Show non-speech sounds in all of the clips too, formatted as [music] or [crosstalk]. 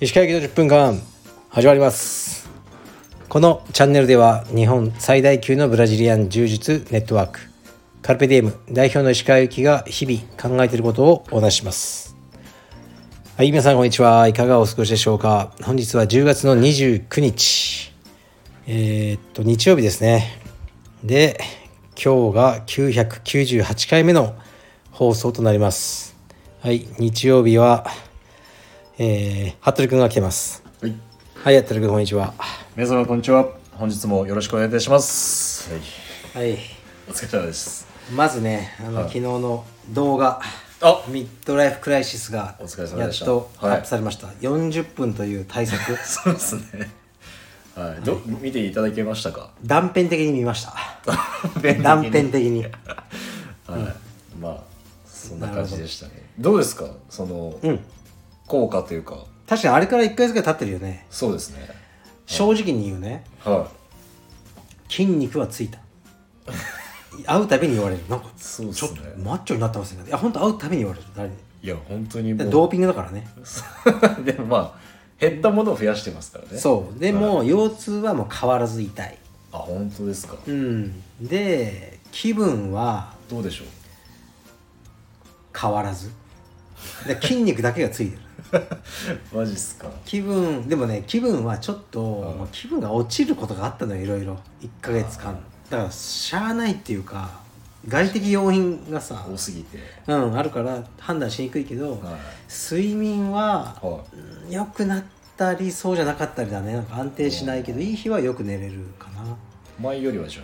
石川行きの10分間始まりますこのチャンネルでは日本最大級のブラジリアン柔術ネットワークカルペディエム代表の石川行きが日々考えていることをお話ししますはい皆さんこんにちはいかがお過ごしでしょうか本日は10月の29日えーっと日曜日ですねで今日が998回目の放送となりますはい日曜日はえー、服部君が来てます。はい、はい、服部君、こんにちは。皆様こんにちは。本日もよろしくお願いいたします。はい、はい、お疲れ様です。まずね、あの、昨日の動画。あミッドライフクライシスがお疲れ様やっでしたとアはいップされました、40分という対策 [laughs] そうですね。はい、ど、見ていただけましたか。断片的に見ました的に断片的にはい、まあ、そんな感じでしたね。どうですか、その、効果というか、確かにあれから1ヶ月ぐらい経ってるよねそうですね。正直に言うねは筋肉はついた会うたびに言われるなんかい、そうでちょっすとね。マッチョになってますねいや本当会うたびに言われる誰にいや、本当にもでう。ドーピングだからね [laughs] でも、まあ、減ったものを増やしてますからね。う。そうでも、腰痛はもう変わらず痛いあ、本当ですか。うん、で気分はどうでしょう。変わらずで筋肉だけがつ [laughs] いてるマジっすか。気分でもね気分はちょっと、もう気分が落ちることがあったのよいろいろ1ヶ月間だからしゃあないっていうか外的要因がさ多すぎて。うんあるから判断しにくいけど、はい。睡眠ははうい。ん良くなったりそうじゃなかったりだねなんか安定しないけどいい日はよく寝れるかな前よりはじゃ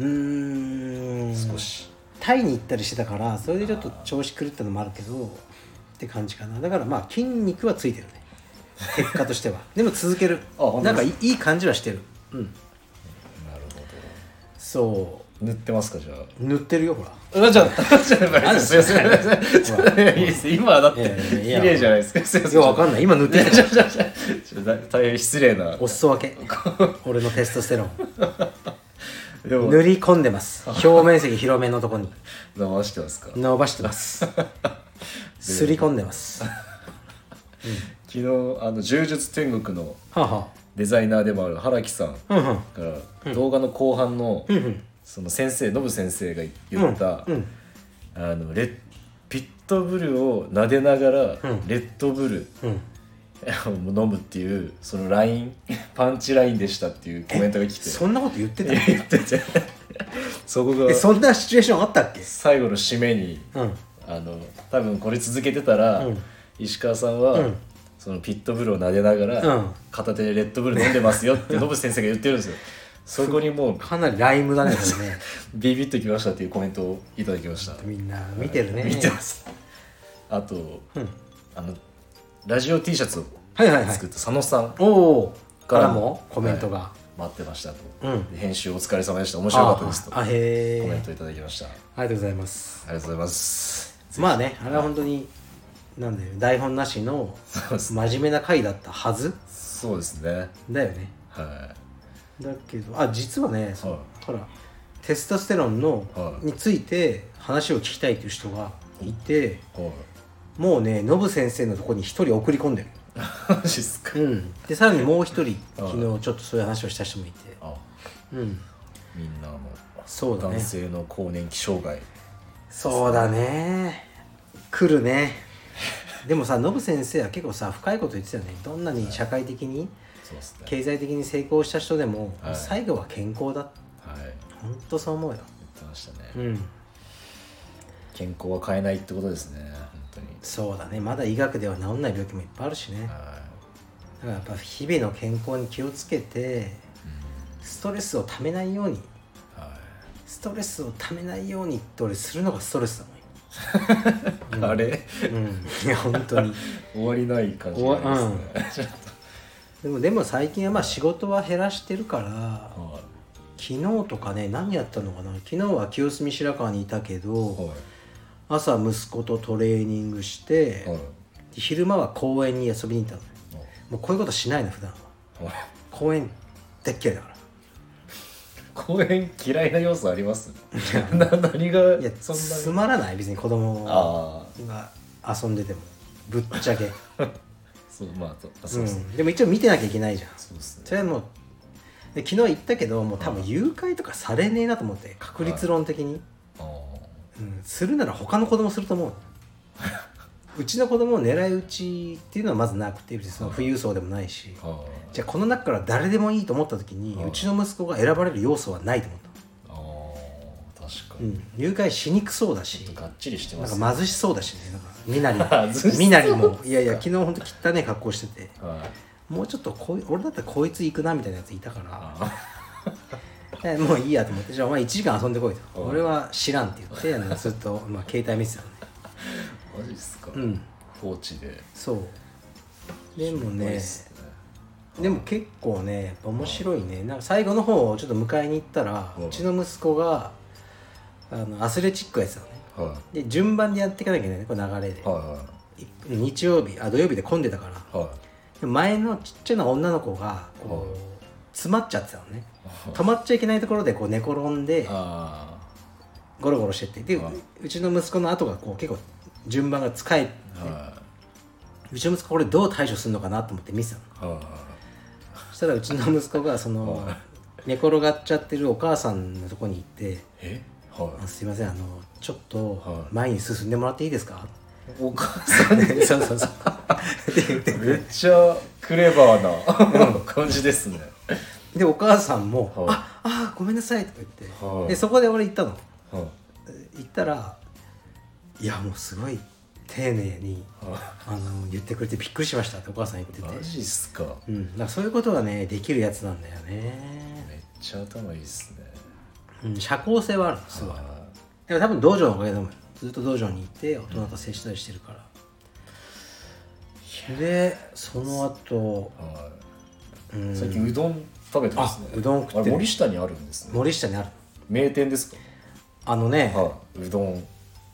うーんあ、少し。タイに行ったりしてたからそれでちょっと調子狂ったのもあるけどって感じかなだからまあ筋肉はついてるね結果としては [laughs] でも続けるあ本な当んですかかいいい感じはしてるうんなるほど。そ塗ってますかじゃあ。う塗ってるよほらあじゃあ、じゃあ、すいません、すいません、すいません。いいです、今だって、いやいやい綺や麗じゃないですか。すいません。よくわかんない今塗ってるじゃあ、じゃあ、じゃあ、ちょっと大変失礼な。 [laughs] お裾分け俺のテストステロンでも、塗り込んでます表面積広めのとこに直してますか。昨伸ばしてますすり込んでますは日、あの、柔術天国のあはデザイナーでもある原木さんあうんうんから、動画の後半の、その先生、ノブ先生が言った、うんあの、レッピットブルを撫でながら、レッドブル、うん [laughs] 飲むっていうそのラインパンチラインでしたっていうコメントが来 [laughs] てそんなこと言ってた言ってて [laughs] そこがえそんなシチュエーションあったっけ最後の締めにうんあの多分これ続けてたら、うん石川さんは、うんそのピットブルを撫でながら、うん片手でレッドブル飲んでますよってノブ先生が言ってるんですよそこにもうかなりライムだねこれねビビッときましたっていうコメントをいただきました [laughs] みんな見てるね。見てますあとうん。あのラジオ T シャツをはいはいはい作っ。た佐野さんおお。からもはいコメントが。待ってましたと、うんで編集お疲れ様でした面面白かったですとあコあへえ。メントいただきましたあありがとうございます。りがとうございます [laughs] まあね、あれは本当に、なんだよ、台本なしのそうです真面目な回だったはずそうですねだよね。はだけど、あ、実はね、そはほら、テストステロンのはいについて話を聞きたいという人がいて、いはいもうね、ノブ先生のとこに一人送り込んでる。マジっすかうん。で、さらにもう一人、はい昨日ちょっとそういう話をした人もいて。あうん。みんなのそうだね男性の更年期障害そうだね来るねでもさノブ先生は結構さ深いこと言ってたよねどんなに社会的にそうですね経済的に成功した人でも、はい最後は健康だはい言っほんとそう思うよてましたね、うん健康は変えないってことですね本当にそうだねまだ医学では治んない病気もいっぱいあるしねだかはらやっぱ日々の健康に気をつけてい、うんストレスをためないようにはストレスをためないようにって俺するのがストレスだもんいあれ今うんいや本 [laughs] 当に終わりない感じが [laughs] ありますね、でもでも最近はまあ仕事は減らしてるから、は昨日とかね何やったのかな昨日は清澄白河にいたけいどは朝息子とトレーニングして、いはい昼間は公園に遊びに行ったのもうこういうことしないの普段ははいはい公園でっけえだから公園嫌いな要素ありますな [laughs] 何がいやそつんなまらない別に子供あが遊んでてもぶっちゃけそうまあそうあう [laughs] そうですね、ん、でも一応見てなきゃいけないじゃんそうですねそれはもうで昨日言ったけどもう多分誘拐とかされねえなと思って確率論的に、あうん、するなら他の子供すると思う [laughs] うちの子供を狙い撃ちっていうのはまずなくて別にその富裕層でもないしーあじゃあこの中から誰でもいいと思った時にうんうちの息子が選ばれる要素はないと思った、ーあー確かうに、ん、誘拐しにくそうだしがっちりしてまなすんか貧しそうだしねなんか身なり貧しそう [laughs] 身なりもいやいや昨日ほんと汚ね格好しててはいもうちょっとこい俺だったらこいつ行くなみたいなやついたから、あえもういいやと思ってじゃあお前1時間遊んでこいとうん俺は知らんって言ってあのずっと、まあ、携帯見てたのねーマジっすか、うん放置でそうでもすごいねっすねでも結構ねやっぱ面白いねなんか最後の方をちょっと迎えに行ったらうんうちの息子があのアスレチックやってたのねはいで順番でやっていかなきゃいけないねこの流れではい日曜日あ土曜日で混んでたからいはいはいで前のちっちゃな女の子がこうんう詰まっちゃってたのねあ溜まっちゃいけないところでこう寝転んであゴロゴロしてってではいうちの息子の後がこう結構順番が使えーはうちの息子これどう対処するのかなと思って見てたのいはいそしたらうちの息子がそのはい寝転がっちゃってるお母さんのとこに行ってえ「はあすいませんあのちょっとはい前に進んでもらっていいです [laughs] か?いお母」そうそうそうって言ってめっちゃクレバーな [laughs] 感じですねでお母さんも「はいああごめんなさい」とか言って、はいでそこで俺行ったのはい行ったらいやもうすごい丁寧にはあの言ってくれてびっくりしましたってお母さん言っていてマジっすかうん、だからそういうことがねできるやつなんだよね、めっちゃ頭いいっすねうん、社交性はあるすごいはでも多分道場のおかげだもんずっと道場にいて大人と接したりしてるから、でその後、いはういん、最近うどん食べてますねあうどん食ってるあれ森下にあるんですね森下にある名店ですかあのね、はい、うどん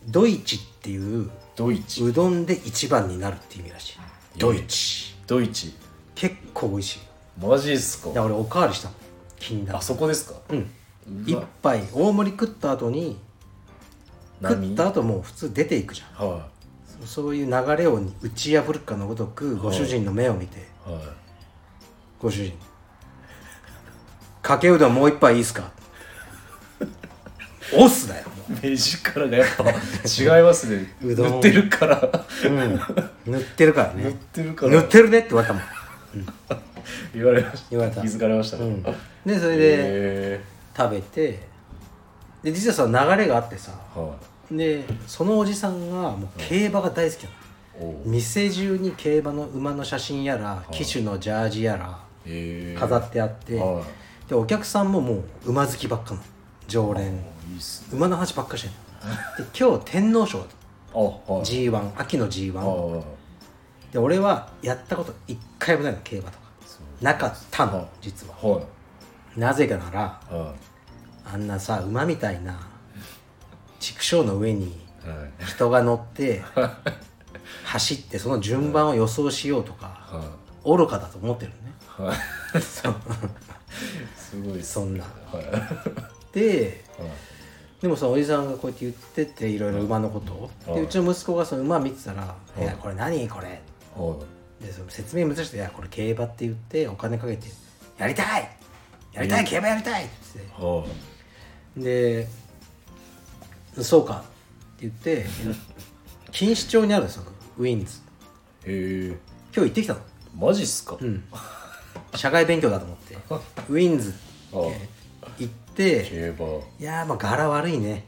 ドイチっていうドイチうどんで一番になるっていう意味らしいドイチドイチ結構美味しいマジっすだからか俺おかわりしたの気になあるそこですかうんう一わ杯大盛り食った後に食波った後もう普通出ていくじゃんはそうそういう流れを打ち破るかのごとくご主人の目を見て、いはご主人かけうどんもう一杯いいっすか押すだよい目力がやっぱ違いますねうどん塗ってるからうん塗ってるから塗っねてるか塗らってるねって言われ [laughs] たもん、言われました言われた気づかれましたね、うんへ、でそれでえ食べてで実はその流れがあってさはでそのおじさんがもう競馬が大好きなのいおう店中に競馬の馬の写真やら騎手のジャージやらへえ飾ってあって、はでお客さんももう馬好きばっかの常い連おういいっすね馬の話ばっかしてんので今日天皇賞だあはい g 1秋の g 1はいで俺はやったこと一回もないの競馬とかそうなかったはのい実ははなぜかならいはあんなさ馬みたいな畜生の上にいはい人が乗って [laughs] 走ってその順番を予想しようとかは愚かだと思ってるのねいはいそう [laughs] すごいっすそんなはいはいででもさおじさんがこうやって言ってていろいろ馬のことをはいでうちの息子がその馬見てたら「いいやこれ何これ」はでその説明難しくて「いやこれ競馬って言ってお金かけてやりたいやりたい競馬やりたい!」って言っていはで「そうか」って言って錦糸町にあるんですよウィンズいへえ今日行ってきたのマジっすかうん社会勉強だと思ってウィンズあ行って競馬いやーまあ柄悪いね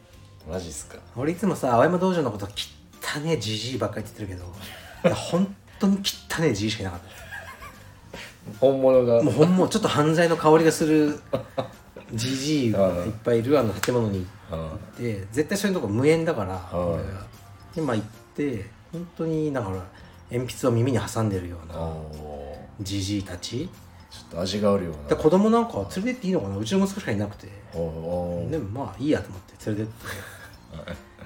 マジっすか俺いつもさ青山道場のこと汚ねえじじいばっかりって言ってるけどいや本当に汚ねえじじいしかいなかった本物がもうほんもうちょっと犯罪の香りがするじじいがいっぱいいるあの建物にはで絶対そういうとこ無縁だから、い俺がでまあ行って本当にだから鉛筆を耳に挟んでるよういなおーじじいたちちょっと味があるようでな子供なんか連れてっていいのかなうちの息子しかいなくておおでもまあいいやと思って連れてっ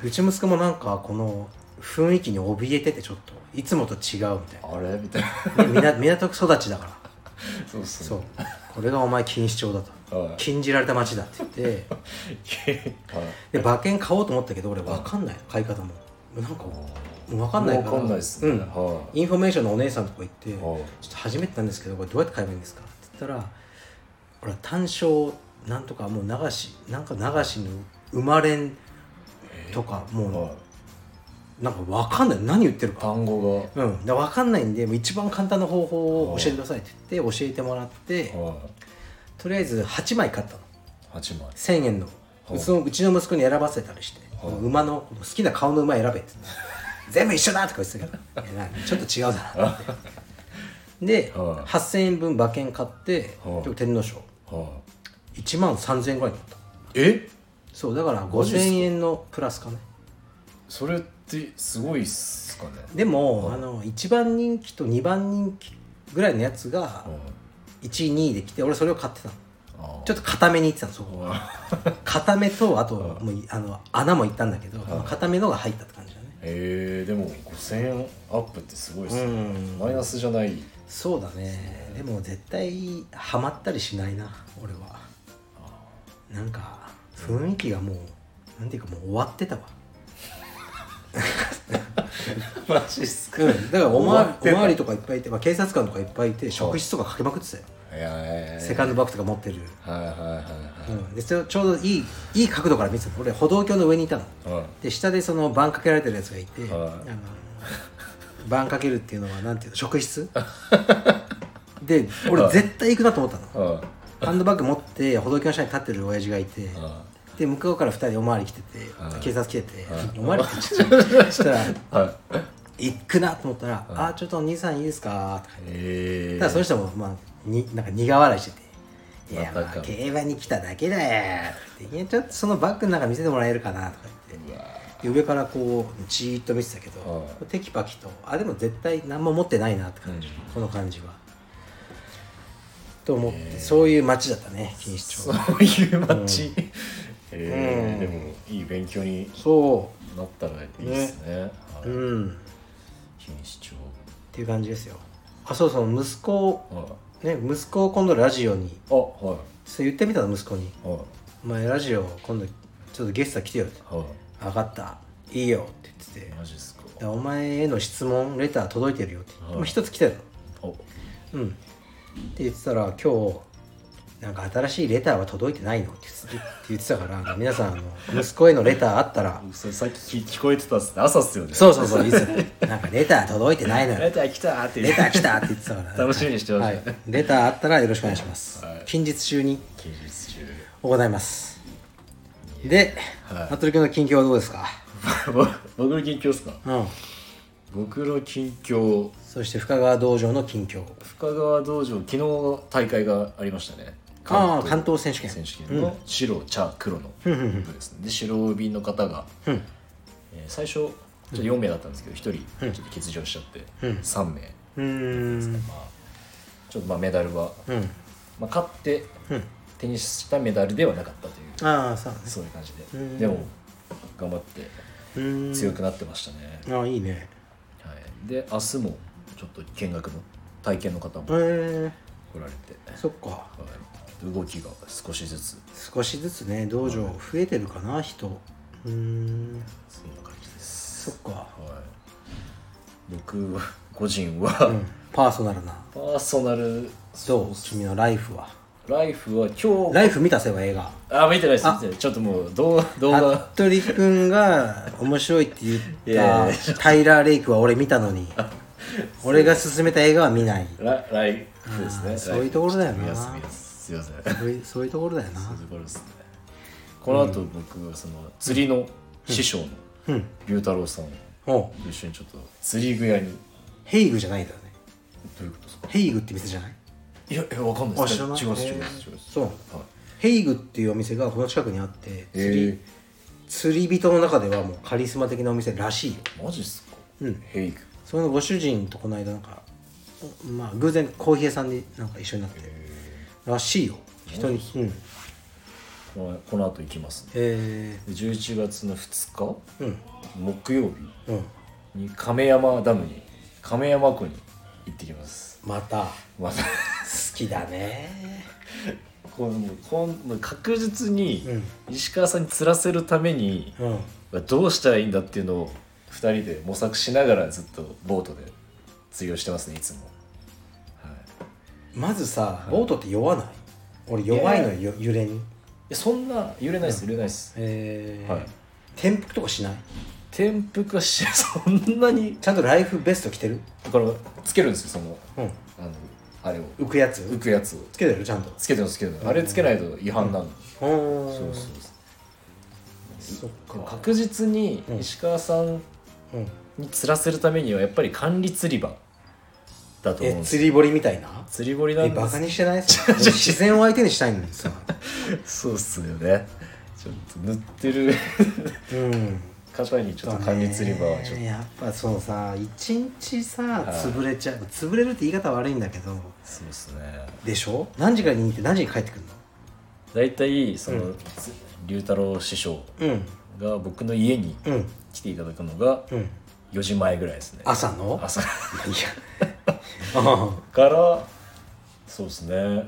てうち息子もなんかこの雰囲気に怯えててちょっといつもと違うみたいなあれみたいなでみ [laughs] な港区育ちだからそうっすそねうこれがお前錦糸町だはとい禁じられた町だって言ってはいで馬券買おうと思ったけど俺分かんないの買い方もなんか分かんないわからかんないですね、うんはいインフォメーションのお姉さんとか行って、はいちょっと初めてなんですけどこれどうやって買えばいいんですかって言ったらほら単勝なんとかもう流しなんか流しの生まれんとかもはうなんか分かんない何言ってるいか,、単語うん、だから分かんないんでもう一番簡単な方法を教えてくださいって言って教えてもらってが、はとりあえず8枚買ったのい、8枚1000円のはいうちのうちの息子に選ばせたりしてはい馬の好きな顔の馬選べって全部一緒だとか言ってたからいやなんかちょっと違うだなってで、はい8000円分馬券買って、はいでも天皇賞は1万3000円ぐらいだったい、えそうだからマジっすか5000円のプラスかねそれってすごいっすかねでも、あの1番人気と2番人気ぐらいのやつがはい1位2位できて俺それを買ってたのあちょっと固めにいってたのそこはあ固めとあともうあの穴もいったんだけど、固めのが入ったって感じだねえー、でも5000円アップってすごいっすね、うんマイナスじゃないそうだねでも絶対ハマったりしないな俺はなんか雰囲気がもうなんていうかもう終わってたわマジっすかうんだからお終わまっておたまわりとかいっぱいいて、まあ、警察官とかいっぱいいて職質とかかけまくってたよ、いやえセカンドバッグとか持ってる、はいはいはういん、でそれをちょうどいいいい角度から見てたの俺歩道橋の上にいたのはいはいで下でその番かけられてるやつがいて、はいあの番かけるっていうのはなんていうの職 [laughs] 質で俺絶対行くなと思ったのはハンドバッグ持って歩道橋の下に立ってる親父がいて、いはで向こうから2人おまわり来てて、うん警察来てて、おまわりって言っ [laughs] ちゃうそしたらいはい「行くな」と思ったら「あーちょっとお兄さんいいですか?」とか言ってえたー、だその人も、まあ、になんか苦笑いしてて「いやままたかあ競馬に来ただけだよ」とか言っていやちょっとそのバッグの中見せてもらえるかな」とか言ってうわで上からこうじーっと見てたけど、うテキパキとあでも絶対何も持ってないなって感じ、うんこの感じは。と思って、そういう街だったね錦糸町そういう街、えー、でもいい勉強にそなったらいいですねはういうんっ錦糸町ていう感じですよあそうそう息子をはいね息子を今度ラジオにあはいそう言ってみたの息子にはい「お前ラジオ今度ちょっとゲスト来てよ」っては「分かったいいよ」って言っていてマジっすか「お前への質問レター届いてるよ」ってはいまあ一つ来たのおうんって言ってたら今日なんか新しいレターは届いてないのって言って言ってたからあの皆さんあの息子へのレターあったらそれさっき聞聞こえてたっすね朝っすよねそうそうそういいっすよなんかレター届いてないのよレター来たーってレター来たって言ってたから、楽しみにしてましたはい、レターあったらよろしくお願いします、はい近日中に近日中行いますで、はい服部君の近況はどうですか僕の近況っすかうん僕の近況そして深川道場の近況深川道場昨日大会がありましたねああ関東選手権選手権の白茶黒の部ですねで白帯の方が、うんえー最初ちょっと4名だったんですけど1人ちょっと欠場しちゃって、3名うーんまあちょっとまあメダルは、うんまあ、勝って手にしたメダルではなかったというああそうねそういう感じで、んでも頑張ってうーん強くなってましたね、ああいいねはい、で明日もちょっと見学の体験の方もへえー、来られて、そっかはい、動きが少しずつ少しずつね道場増えてるかな人うーんそんな感じです、そっか、はい、僕は個人は、うん、パーソナルなパーソナルどう君のライフはライフは今日ライフ見たせば映画あ見てないです見てないちょっともう動画動画服部君が面白いってい言やいったタイラー・レイクは俺見たの [laughs] に俺が勧めた映画は見ないラライフですあねーそういうところだよなライフ見ますすいませんそういうそういうところだよそういうなところですねこの後僕その釣りの師匠のうん龍太郎さんおうと一緒にちょっと釣り具屋にヘイグじゃないだよねどういうことですかヘイグって店じゃないいやいやわかんないあ知らない違います違いえます違いますそうはいヘイグっていうお店がこの近くにあって釣り,、え釣り人の中ではもうカリスマ的なお店らしいよー、マジっすかうんヘイクそのご主人とこの間なんかまあ偶然コーヒー屋さんでなんか一緒になってらしいよ人にうんこのこの後行きますねえで11月の2日ー、うん木曜うん日に亀山ダムに亀山湖に行ってきますまた好またきだね [laughs] このこのもう確実にうん石川さんに釣らせるためにうんどうしたらいいんだっていうのを2人で模索しながらずっとボートで釣りをしてますねいつも、はい、まずさボートって酔わない俺弱いのよ揺れにえそんな揺れないです揺れないです、えーはい転覆とかしない転覆はしそんなにちゃんとライフベスト着てるだからつけるんですよそのうんあのあれを浮くやつ浮くやつをつけてるちゃんとつけてますつけてますあれつけないと違反なんで、うんそうそうそっそうか確実にうん石川さんうんに釣らせるためにはやっぱり管理釣り場だと思うんえです釣り堀みたいな釣り堀なえんでバカすにしてないそれ自然を相手にしたいのにさそうっすよねちょっと塗ってるうん方にちょっと管理釣り場はちょっとやっぱそうさ一日さい潰れちゃう潰れるって言い方悪いんだけどそうっすねでしょ何時からに行って何時に帰ってくる大体その、うつ龍太郎師匠のが僕の家にうんうん来ていただくのがうん4時前ぐらいですね朝の朝いやからそうですね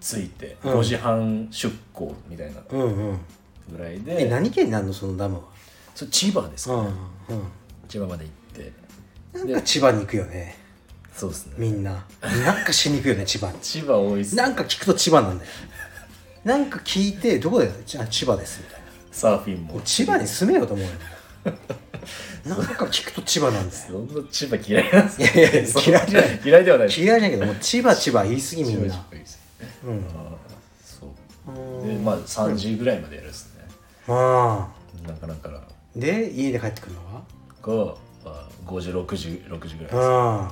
着いてうん5時半出港みたいな [laughs] うんうんぐらいで、え何県になるのそのダムはそれ千葉ですか、うんうん千葉まで行ってなんか千葉に行くよねそうですねみんな [laughs] なんかしに行くよね千葉に千葉多いっすなんか聞くと千葉なんだよなんか聞いてどこだよちあ千葉ですみたいなサーフィンももう千葉に住めよと思うよなんか聞くと千葉なんですよそんな千葉嫌いなんですいやいやいやそん [laughs] 嫌いじゃない嫌いではないです嫌いだけどもう千葉千葉言い過ぎみ千葉ん千な葉いいですうんあーそううでんまあ3時ぐらいまでやるですね、あなかなかが、あで家で帰ってくるのはまあ、5時6時6時ぐらいうん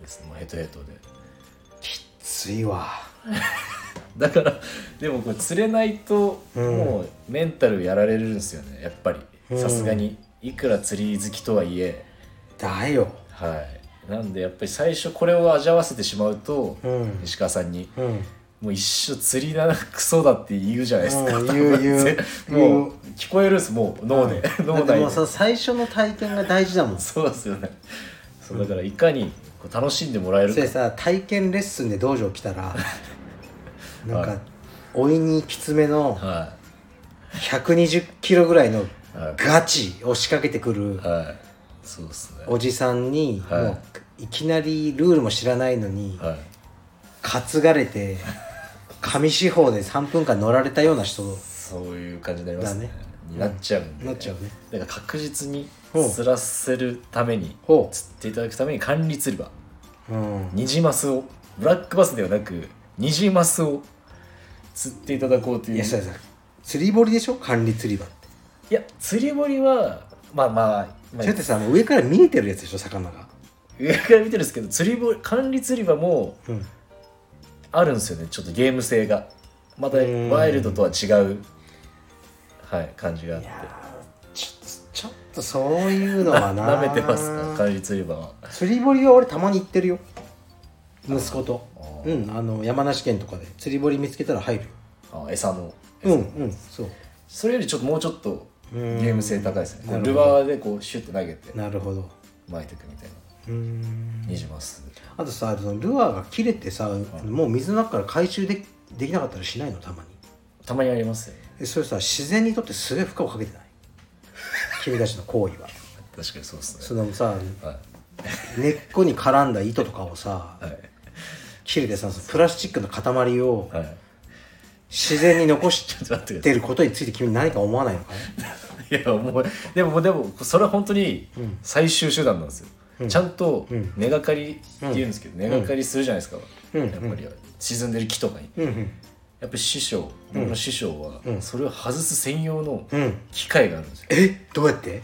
ですねもうヘトヘトできついわだからでもこれ釣れないとうんもうメンタルやられるんですよねやっぱりうんさすがにいくら釣り好きとはいえだよはいなんでやっぱり最初これを味わわせてしまうと、うん石川さんにうん「もう一生釣りなクソだ」って言うじゃないですか、うん言う言うもう聞こえるんですもう脳で、だ [laughs] 脳って内もうでさ最初の体験が大事だもんそそうですよねそうだからいかにこう楽しんでもらえるかれさ体験レッスンで道場来た [laughs] らなんはいかおいにきつめのは120キロぐらいのいはガチを仕掛けてくるい、はい、そうですねおじさんに、はいもういきなりルールも知らないのに、はい担がれて紙四方で3分間乗られたような人そういう感じになりますねだねになっちゃうんで、なっちゃうねだから確実にほう釣らせるためにほう釣っていただくために管理釣り場うんニジマスをブラックバスではなくニジマスを釣っていただこうといういやそれさ釣り堀でしょ管理釣り場っていや釣り堀はまあまあ、まあだってさもう上から見えてるやつでしょ魚が上から見てるんですけど釣り堀管理釣り場もうんあるんですよねちょっとゲーム性がまたうんワイルドとは違う、はい、感じがあっていやーちょっとちょっとそういうのはななめてますか管理釣り場は釣り堀は俺たまに行ってるよ息子とあーうんあの山梨県とかで釣り堀見つけたら入るよあ餌のうんうんそうそれよりちょっともうちょっとゲーム性高いですねうこんうルアーでこうシュッて投げてなるほど巻いていくみたいなうんニジマスあとさそのルアーが切れてさもう水の中から回収できできなかったりしないのたまにたまにありますよねえそれさ自然にとってすげえ負荷をかけてない [laughs] 君たちの行為は確かにそうですそのさねは根っこに絡んだ糸とかをさい切れてさそのプラスチックの塊をはい、はい、自然に残しちょっと待ってくてることについて君何か思わないのかねださいいやもうでもでもそれは本当に最終手段なんですよ、ちゃんとうん根がかりっていうんですけど、根がかりするじゃないですか、うんやっぱり沈んでる木とかに、うんうんやっぱり師匠僕の師匠はうんそれを外す専用のうん機械があるんですよ、えどうやって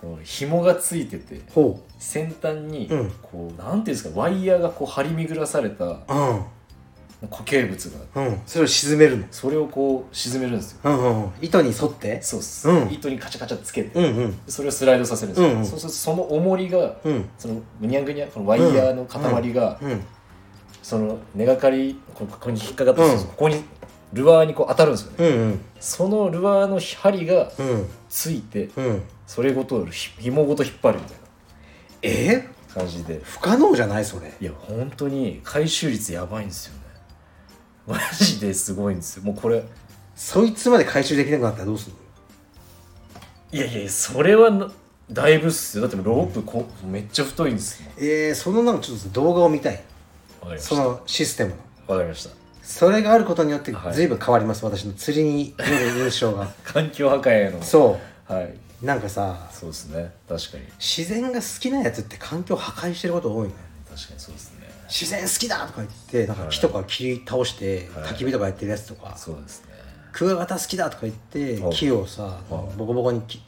この紐がついててほ先端にうんこう、なんていうんですかワイヤーがこう張り巡らされたううん固形物があってうんそれを沈めるのそれをこう沈めるんですようんうんうん糸に沿ってそうっす、うん糸にカチャカチャつけて、うんうんそれをスライドさせるんですよ、うんうんそうするとその重りが、うんそのぐにゃぐにゃこのワイヤーの塊が、うんその根がかりこここに引っかかって、うんここにルアーにこう当たるんですよね、うんうんそのルアーの針がうんついて、うんそれごとひ紐ごと引っ張るみたいえな感じで不可能じゃないそれいや本当に回収率やばいんですよねマジですごいんですよもうこれそいつまで回収できなくなったらどうするのいやいやそれはなだいぶっすよだってロープこうめっちゃ太いんですねえー、そのなんかちょっと動画を見たいわかりましそたのシステムのわかりましたそれがあることによってはい随分変わります、私の釣りに見る印象 [laughs] が環境破壊へのそはいうなんかさそうですね確かに自然が好きなやつって環境破壊してること多いね確かにそうですね自然好きだとか言ってなんか木とか切り倒してはい焚き火とかやってるやつとか、そうですねクワガタ好きだとか言ってはい木をさはいボコボコにき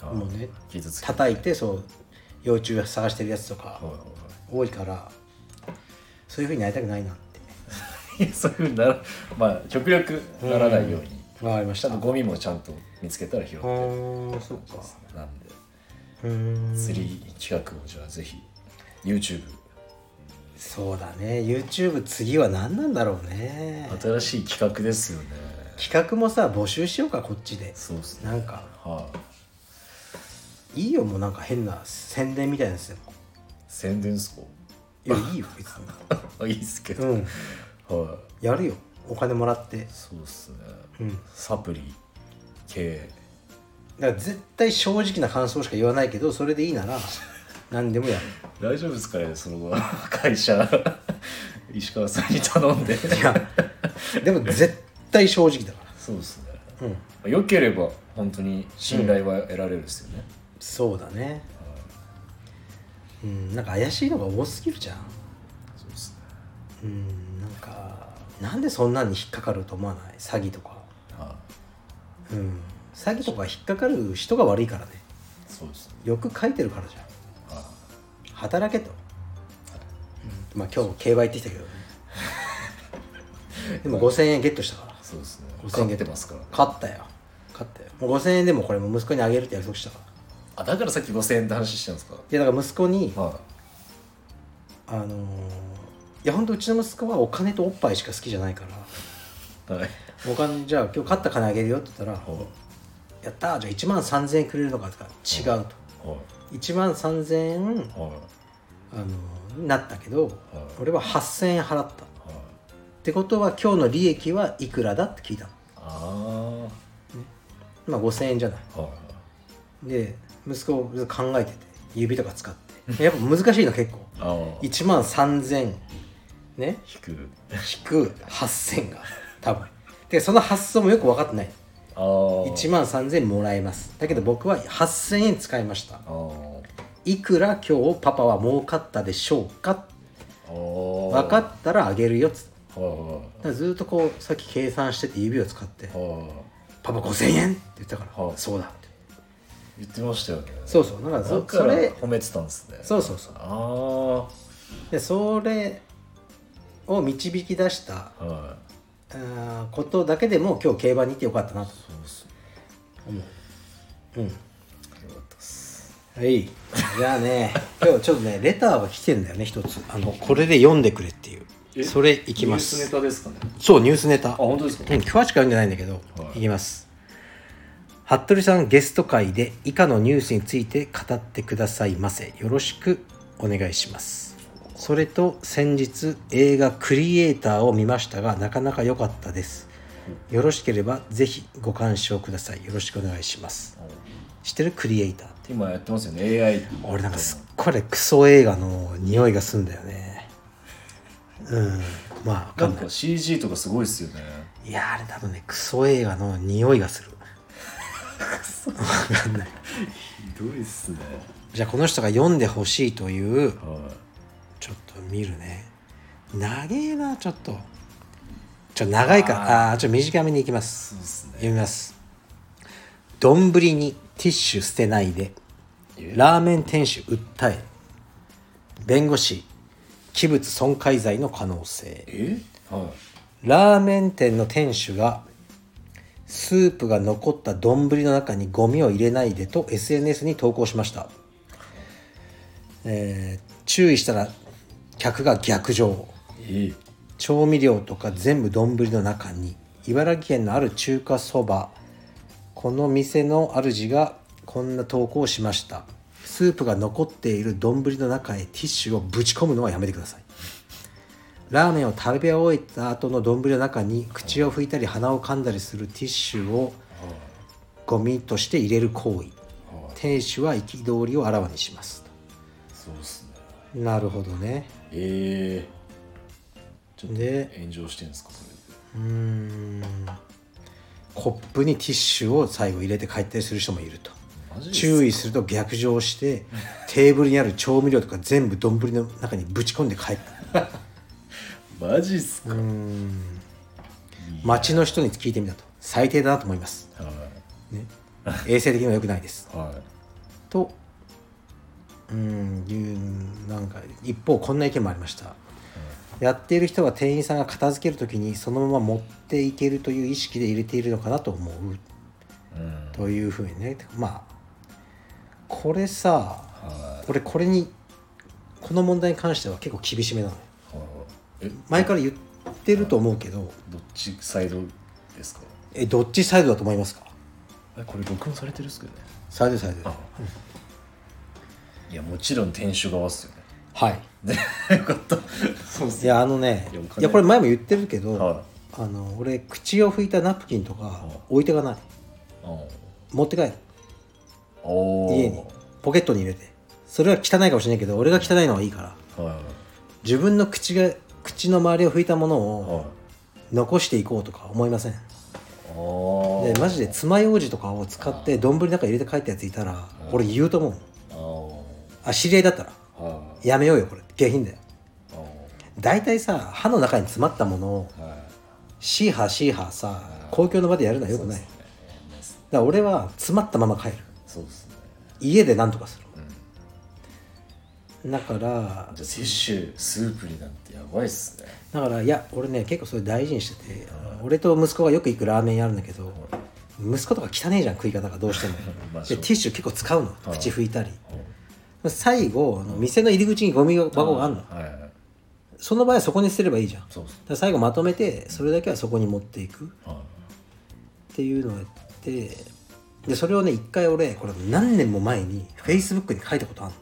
あもうね傷つけ叩いてそう幼虫探してるやつとかはいは多いからそういうふうになりたくないなってい [laughs] はいそういうふうにならまあ極力ならないようにわかりましちゃたんとゴミもちゃんと見つけたら拾ってーそっかなんでうーん釣り企画をじゃあぜひ YouTube そうだね YouTube 次は何なんだろうね新しい企画ですよね企画もさ募集しようかこっちでそうですねなんかはい、いいよもうなんか変な宣伝みたいなやつでも宣伝っすか [laughs] い [laughs] やいいよ別にあいいっすけど、うんはいやるよお金もらってそうっすね、うんサプリ系だから絶対正直な感想しか言わないけどそれでいい [laughs] なら何でもやる大丈夫ですかねその会社 [laughs] 石川さんに頼んでいやでも絶対正直だかそうですねらうん良ければ本当に信頼は得られるですよね、そうだねうんなんか怪しいのが多すぎるじゃんそうですねうんなんかなんでそんなに引っかかると思わない詐欺とかはうん詐欺とか引っかかる人が悪いからねいそうですねよく書いてるからじゃんは働けと、うんまあ今日も競馬行ってきたけ [laughs] どねでも5000円ゲットしたからいそうですね5000勝円ってますから勝ったよ勝ったよもう5000円でもこれも息子にあげるって約束したからあだからさっき5000円って話してたんですかいやだから息子にはあのーいやほんとうちの息子はお金とおっぱいしか好きじゃないからいはいお金じゃあ今日勝った金あげるよって言ったらは「やったーじゃあ1万3000円くれるのか」とか「違う」といは1万3000円いはいはあのーなったけど俺は8000円払ったっいてことは今日の利益はいくらだって聞いたのあまあ5000円じゃないあはいで息子を考えてて指とか使ってやっぱ難しいの結構ああ1万3000ね引く引く8000が多分でその発想もよく分かってないああ1万3000もらえますだけど僕は8000円使いましたああいくら今日パパは儲かったでしょうか分分かったらあげるよっつってたはだからずっとこうさっき計算してて指を使っていはい「パパ5000円!」って言ったから「はいそうだ」って言ってましたよねそうそうだからそだからそれ褒めてたんですねそうそうそうあでそれを導き出したあはいあーことだけでも今日競馬に行ってよかったなとそうっすね思ううんよかったっすはい。じゃあね、今日ちょっとね、レターが来てんだよね、一つ。あの、これで読んでくれっていう。えそれいきまニュースす。ネタですかねそう、ニュースネタ。あ本当ですかうん、今日はしか読んでないんだけど、はいい、きます。服部さんゲスト会で以下のニュースについて語ってくださいませ。よろしくお願いします。それと先日映画クリエイターを見ましたがなかなか良かったです。よろしければぜひご鑑賞ください。よろしくお願いします。知ってるクリエイターって。今やってますよね AI 俺なんかすっごいクソ映画の匂いがすんだよねうんまあわかなんんないか CG とかすごいっすよねいやあれ多分ねクソ映画の匂いがするわかんないひどいっすねじゃあこの人が読んでほしいというはちょっと見るね長えなちょっとちょっと長いからあーちょっと短めにいきますいそうっすね読みます丼にティッシュ捨てないでえラーメン店主訴え弁護士器物損壊罪の可能性えはラーメン店の店主がスープが残った丼の中にゴミを入れないでと SNS に投稿しました、えー注意したら客が逆上いえ調味料とか全部丼の中に茨城県のある中華そばこの店の主がこんな投稿をしましたスープが残っている丼の中へティッシュをぶち込むのはやめてくださいラーメンを食べ終えた後の丼の中に口を拭いたり鼻を噛んだりするティッシュをゴミとして入れる行為はティ店主は憤りをあらわにしますそうですねなるほどねええちょっでと炎上してんですかそれうでーんコップにティッシュを最後入れて帰ったりする人もいるとマジです注意すると逆上してテーブルにある調味料とか全部丼の中にぶち込んで帰るマジっすか、街の人に聞いてみたと最低だなと思い [laughs] ます、はね、衛生的には良くないですいはいとうーんいうなんか一方こんな意見もありました、やっている人は店員さんが片付ける時にそのまま持っていけるという意識で入れているのかなと思ううんというふうにねまあこれさは俺これにこの問題に関しては結構厳しめなのよいはいえ前から言ってると思うけどどっちサイドですかえどっちサイドだと思いますかえこれ録音されてるっすけどねサイドサイドいやもちろん店主側っすよねはいでよかったそうっすいやあのねいやお金いやこれ前も言ってるけど、はあの俺口を拭いたナプキンとか置いてかないあ持って帰るおお家にポケットに入れてそれは汚いかもしれないけど俺が汚いのはいいからは自分の口が口の周りを拭いたものいをはい残していこうとか思いませんあーでマジで爪楊枝とかを使って丼の中に入れて帰ったやついたら俺言うと思うあーあ知り合いだったらはやめようよこれ下品だよいあ大体さ歯の中に詰まったものをーはいシーハーシーハーさ公共の場でやるのはよくないだかえーまあそうら俺は詰まったまま帰るそうですね家で何とかする、だからじゃあ摂取スープになんてやばいっすねだからいや俺ね結構それ大事にしてて俺と息子がよく行くラーメン屋あるんだけど息子とか汚いじゃん食い方がどうしても [laughs] まあでそうティッシュ結構使うのい口拭いたり最後あの店の入り口にゴミ箱があるのはいはいその場合はそこに捨てればいいじゃんだかそうっすねら最後まとめてそれだけはそこに持っていくっはていうのをやってでそれをね一回俺これ何年も前に Facebook に書いたことある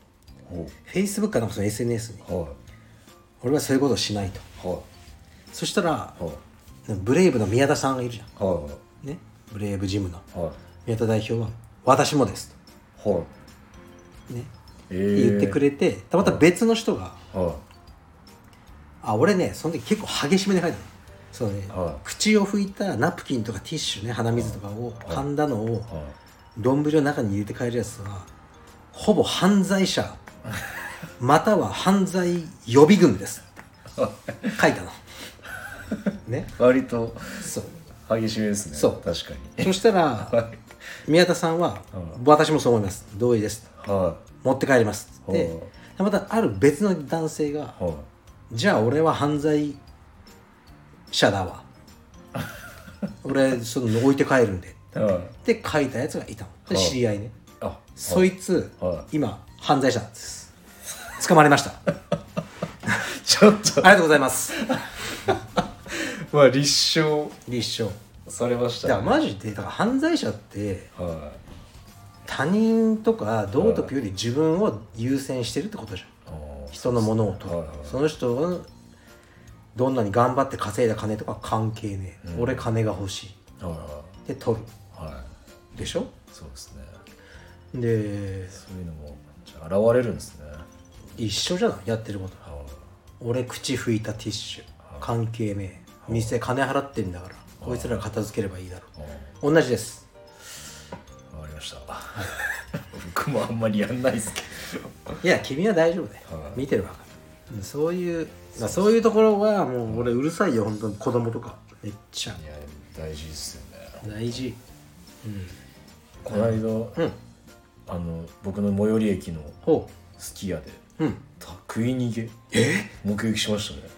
のいほ Facebook かなんかその SNS にうはい俺はそういうことをしないとはそしたらいはいブレイブの宮田さんがいるじゃんはいね、ブレイブジムのはい宮田代表は「私もですはと、い」ねえー言ってくれてたまた別の人がは「あ俺ねその時結構激しめに書いたのそうね、はい口を拭いたナプキンとかティッシュね鼻水とかを噛んだのをいはい丼の中に入れて帰るやつはほぼ犯罪者または犯罪予備軍です」書いたの。ね割とそう激しめですねそう確かにそしたら宮田さんは「私もそう思います同意です」は持って帰りますっほてまたある別の男性がいは「じゃあ俺は犯罪者だ [laughs] わ俺その置いて帰るんで」いはいって書いたやつがいたのではあ知り合いねあそいつは今犯罪者なんです捕まりま [laughs] したあちょっとりがとうございますまあ立証立証されましだかたらねマジでだから犯罪者っては他人とか道徳より自分を優先してるってことじゃんいあ人のものを取る、はいはいその人はどんなに頑張って稼いだ金とか関係ねえ、俺金が欲しいーはで取るいはいはでしょいそうですねでそういうのもじゃあ現れるんですね一緒じゃないやってることは俺口拭いたティッシュ関係ねえ店金払ってんだからこいつらが片付ければいいだろいはいう同じですわかりました僕もあんまりやんないですけいや君は大丈夫だよ、はい見てるわかるうんそういう、まあ、そういうところはもう俺うるさいよ本当に子供とかめっちゃどいや大事ですよね大事この間、あの僕の最寄り駅のほすき家でううんた食い逃げ目撃しましたね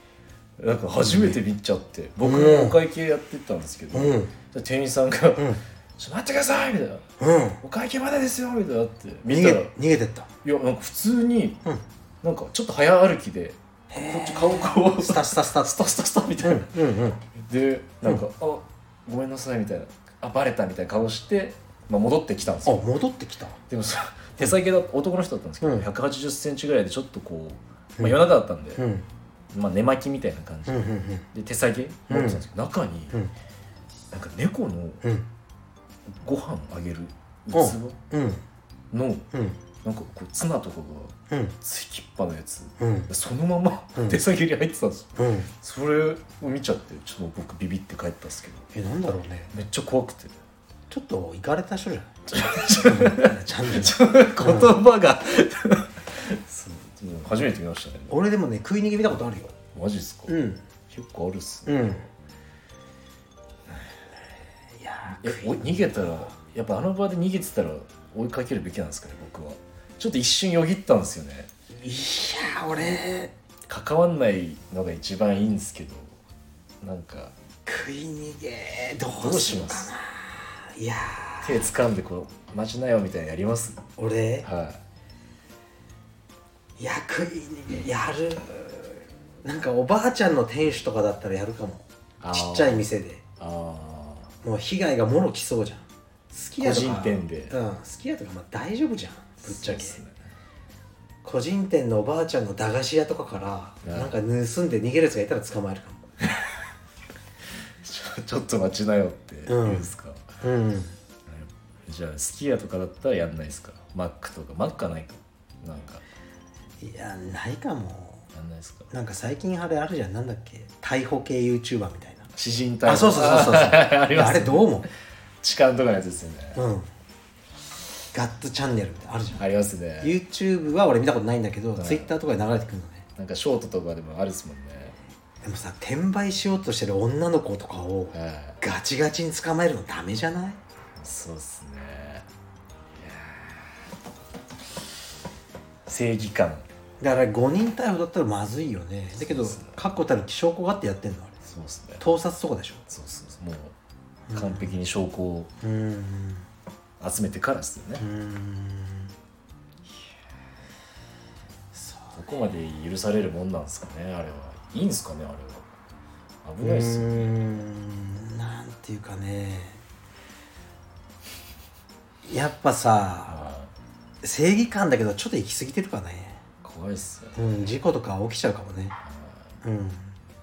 なんか初めて見ちゃって、僕もお会計やってたんですけど、うんで店員さんが、ちょっと待ってください」みたいなうん「お会計までですよ」みたいなって見逃たげらい逃げてったやなんか普通に、うんなんかちょっと早歩きでこっち顔こうススタスタスタスタスタスタみたいな、うんうんでなんか「あごめんなさい」みたいな「あバレた」みたいな顔して、まあ、戻ってきたんですあよ戻ってきたでもさ手先だ男の人だったんですけど、うん1 8 0センチぐらいでちょっとこう、まあ、夜中だったんで、んまあ、寝巻きみたいな感じうで,、んうん手先持ってたんですけど、中に、うんなんか猫のうんご飯あげる器うんのなんかうんこうツナとかがうんつきっぱのやつうんそのままうん手先に入ってたんですようんそれを見ちゃってちょっと僕ビビって帰ったんですけどえなんだろうねめっちゃ [laughs] 怖くてちょっと行かれた人じゃないちゃんと言葉が [laughs] そうもう初めて見ましたね俺でもね食い逃げ見たことあるよマジっすかうん結構あるっすねうんいやえお逃げたらやっぱあの場で逃げてたら追いかけるべきなんですかね僕はちょっと一瞬よぎったんですよねいや俺関わんないのが一番いいんですけどなんか食い逃げどどううししよまうかすないや手掴んでこう待ちなよみたいなのやります俺はいや食い逃げやるなんかおばあちゃんの店主とかだったらやるかもあちーっちゃい店でああもう被害がもろきそうじゃん好き個やとか人店でうん好きやとかまあ大丈夫じゃんぶっちゃけ、そうすね個人店のおばあちゃんの駄菓子屋とかからうんなんか盗んで逃げるやつがいたら捕まえるかもちょ [laughs] ちょっと待ちなよって言うんですか、うんじゃあスキヤとかだったらやんないですかマックとかマックはないかなんかいやないかもやんないですかなんか最近あれあるじゃんなんだっけ逮捕系 YouTuber みたいな詩人隊あそうそうそうそうそう [laughs] ありますあれどう思う痴漢とかのやつですよね、 [laughs] うんガッツチャンネルみたいなのあるじゃんありますね YouTube は俺見たことないんだけど、い Twitter とかで流れてくるのねなんかショートとかでもあるですもんねでもさ転売しようとしてる女の子とかをはガチガチに捕まえるのダメじゃないいそうっすねいやー正義感だから5人逮捕だったらまずいよねだけどそうそう確固たる証拠があってやってんのあれそうっすね盗撮とかでしょそうそうそうもう完璧に証拠をうーん集めてからですよね、うーんそうどこまで許されるもんなんですかねあれはいいんですかねあれは危うないっすーよねんなんていうかねやっぱさあ正義感だけどちょっと行き過ぎてるかねー怖いっすよねうん事故とか起きちゃうかもねあうん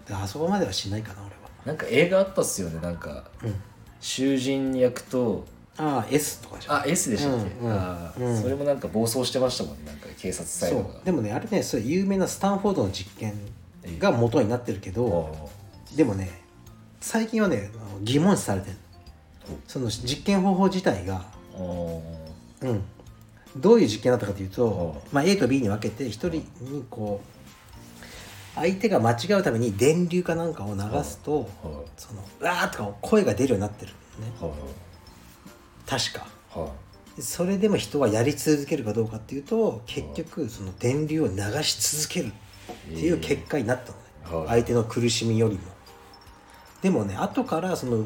であそこまではしないかな俺はーなんか映画あったっすよねなんかうん囚人役とああ S とかじゃんあ S でしたっけ、うんうんあーうんそれもなんか暴走してましたもんねなんか警察サイそドうがでもねあれねそれ有名なスタンフォードの実験が元になってるけど、でもね最近はねあの疑問視されてるその実験方法自体が、あーあうん、どういう実験だったかというと、うまあ、A と B に分けて1人にこう相手が間違うために電流かなんかを流すとーはいその「うわー」とか声が出るようになってるんだよねはい確かはいそれでも人はやり続けるかどうかっていうと結局その電流を流し続けるっていう結果になったのね、えーはい相手の苦しみよりもでもね後からその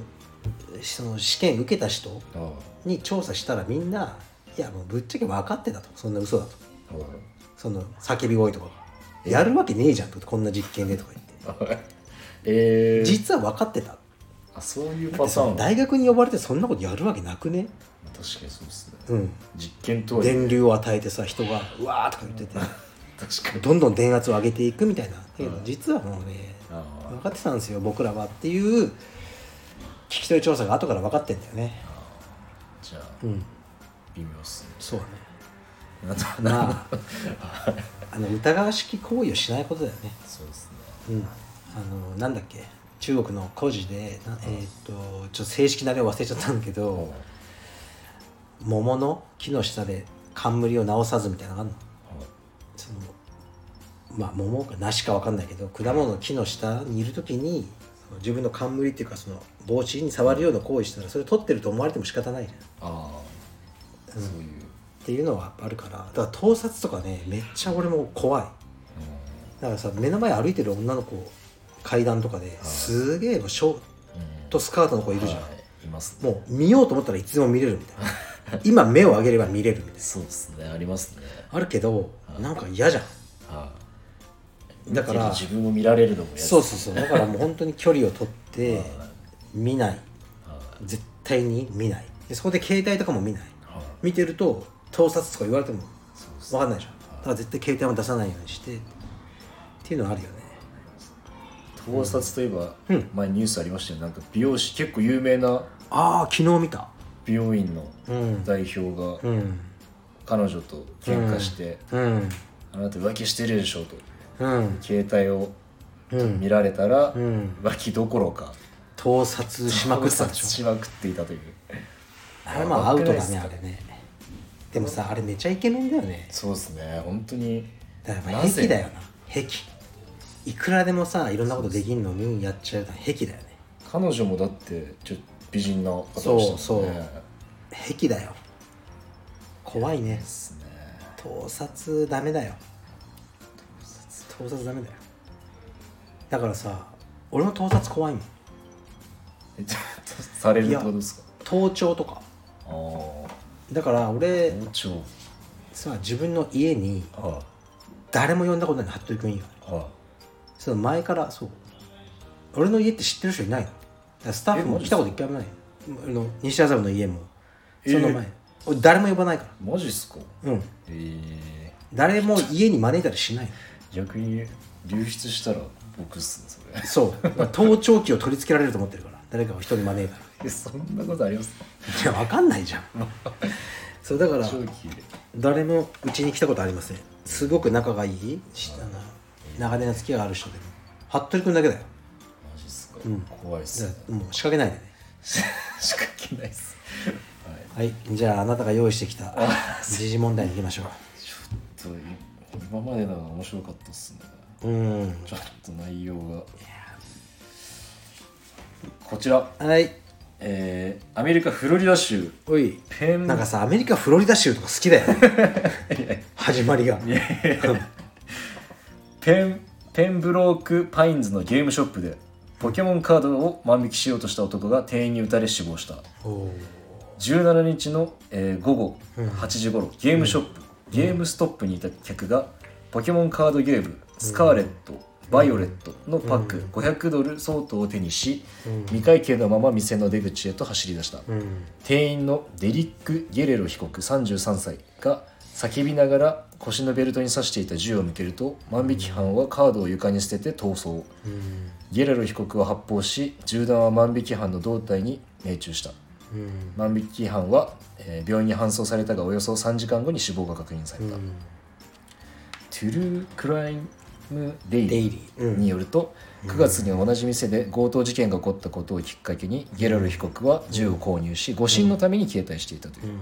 その試験受けた人あーはに調査したらみんないやもうぶっちゃけ分かってたとそんな嘘だといその叫び声とかがやるわけねえじゃんとこんな実験でとか言ってはいえー、実は分かってたあそういうだっパてタそーのン大学に呼ばれてそんなことやるわけなくね確かにそうですねうん実験とはいえ電流を与えてさ人がうわーとか言ってて確かにどんどん電圧を上げていくみたいなだけどうん実はもうねあー分かってたんですよ僕らはっていう聞き取り調査が後から分かってんだよねじゃあうん微妙っすねそうだねなんだろうなま [laughs] ああの疑わしき行為をしないことだよねそうですねうんあのなんだっけ中国の故事でなえーっとちょっと正式な例を忘れちゃったんだけど桃の木の下で冠を直さずみたいなのがあるのそのまあ桃か梨か分かんないけど果物の木の下にいる時にその自分の冠っていうかその帽子に触るような行為したらそれ取ってると思われても仕方ないじゃんっああそういう、ていうのはあるからだから盗撮とかねめっちゃ俺も怖いだからさ目の前歩いてる女の子階段とかですげえのショーうんトスカートの子いるじゃん、はいいますねもう見ようと思ったらいつでも見れるみたいな今目を上げれば見れるみたいなそうですねありますねあるけどなんか嫌じゃんはいだから見てる自分を見られるのも嫌そうそうそうだからもう本当に距離を取 [laughs] って見ないは絶対に見ないでそこで携帯とかも見ないいはい見てると盗撮とか言われてもそうです分かんないじゃんだから絶対携帯も出さないようにしてっていうのはあるよね盗撮といえば、うん前ニュースありましたよなんか美容師結構有名なああ昨日見た美容院のうん代表がうん彼女と喧嘩して、うんあなた浮気してるでしょとうん携帯をうん見られたら、うん浮気どころか盗撮しまくったんでしょしまくっていたというあれまあアウトだねわあかんれないっすねでもさあれめちゃイケメンだよねそうですね本当にだからやっぱなぜ癖だよな癖いくらでもさいろんなことできんのにやっちゃうと癖だよね彼女もだってちょっと美人な方でしたもんねそうそう癖だよ怖いねですね盗撮ダメだよ盗撮ダメだよだからさ俺も盗撮怖いもんえちょっとされるってことですか盗聴とかああ包だから俺丁さ自分の家にあ誰も呼んだことない服部君以外ああその前からそう俺の家って知ってる人いないのだからスタッフもえマジ来ったすこかと一回もないあの西麻布の家もえその前、俺誰も呼ばないかマジっすからうんええ誰も家に招いたりしない逆に流出したら僕っすねそれそうだから盗聴器を取り付けられると思ってるから誰かを人に招いたらえ [laughs] そんなことありますかいやわかんないじゃんそうだから長期で誰もうちに来たことありませんすごく仲がいいしあの長年の付き合いがある人でも服部君だけだよマジっすか、ん怖いっすだねからもう仕掛けないでね仕掛けないっすはいはいじゃああなたが用意してきた時事問題に行きましょちょっと今までのが面白かったっすねううんちょっと内容がこちらはいえー、アメリカ・フロリダ州おいペンなんかさアメリカフロリダ州とか好きだよね始まりがペンペンブローク・パインズのゲームショップでポケモンカードを万引きしようとした男が店員に撃たれ死亡したおー17日の、えー午後8時頃、ゲームショップ、ゲームストップにいた客がポケモンカードゲームスカーレット、バイオレットのパック500ドル相当を手にし、未会計のまま店の出口へと走り出した、うん店員のデリック・ゲレロ被告33歳が叫びながら腰のベルトに刺していた銃を向けると万引き犯はカードを床に捨てて逃走うんゲレロ被告は発砲し銃弾は万引き犯の胴体に命中したうん万引き犯は、えー病院に搬送されたがおよそ3時間後に死亡が確認された、うんトゥルークライム・デイデリイリーうーんによると9月に同じ店で強盗事件が起こったことをきっかけにゲラル被告は銃を購入し護身のために携帯していたという、ん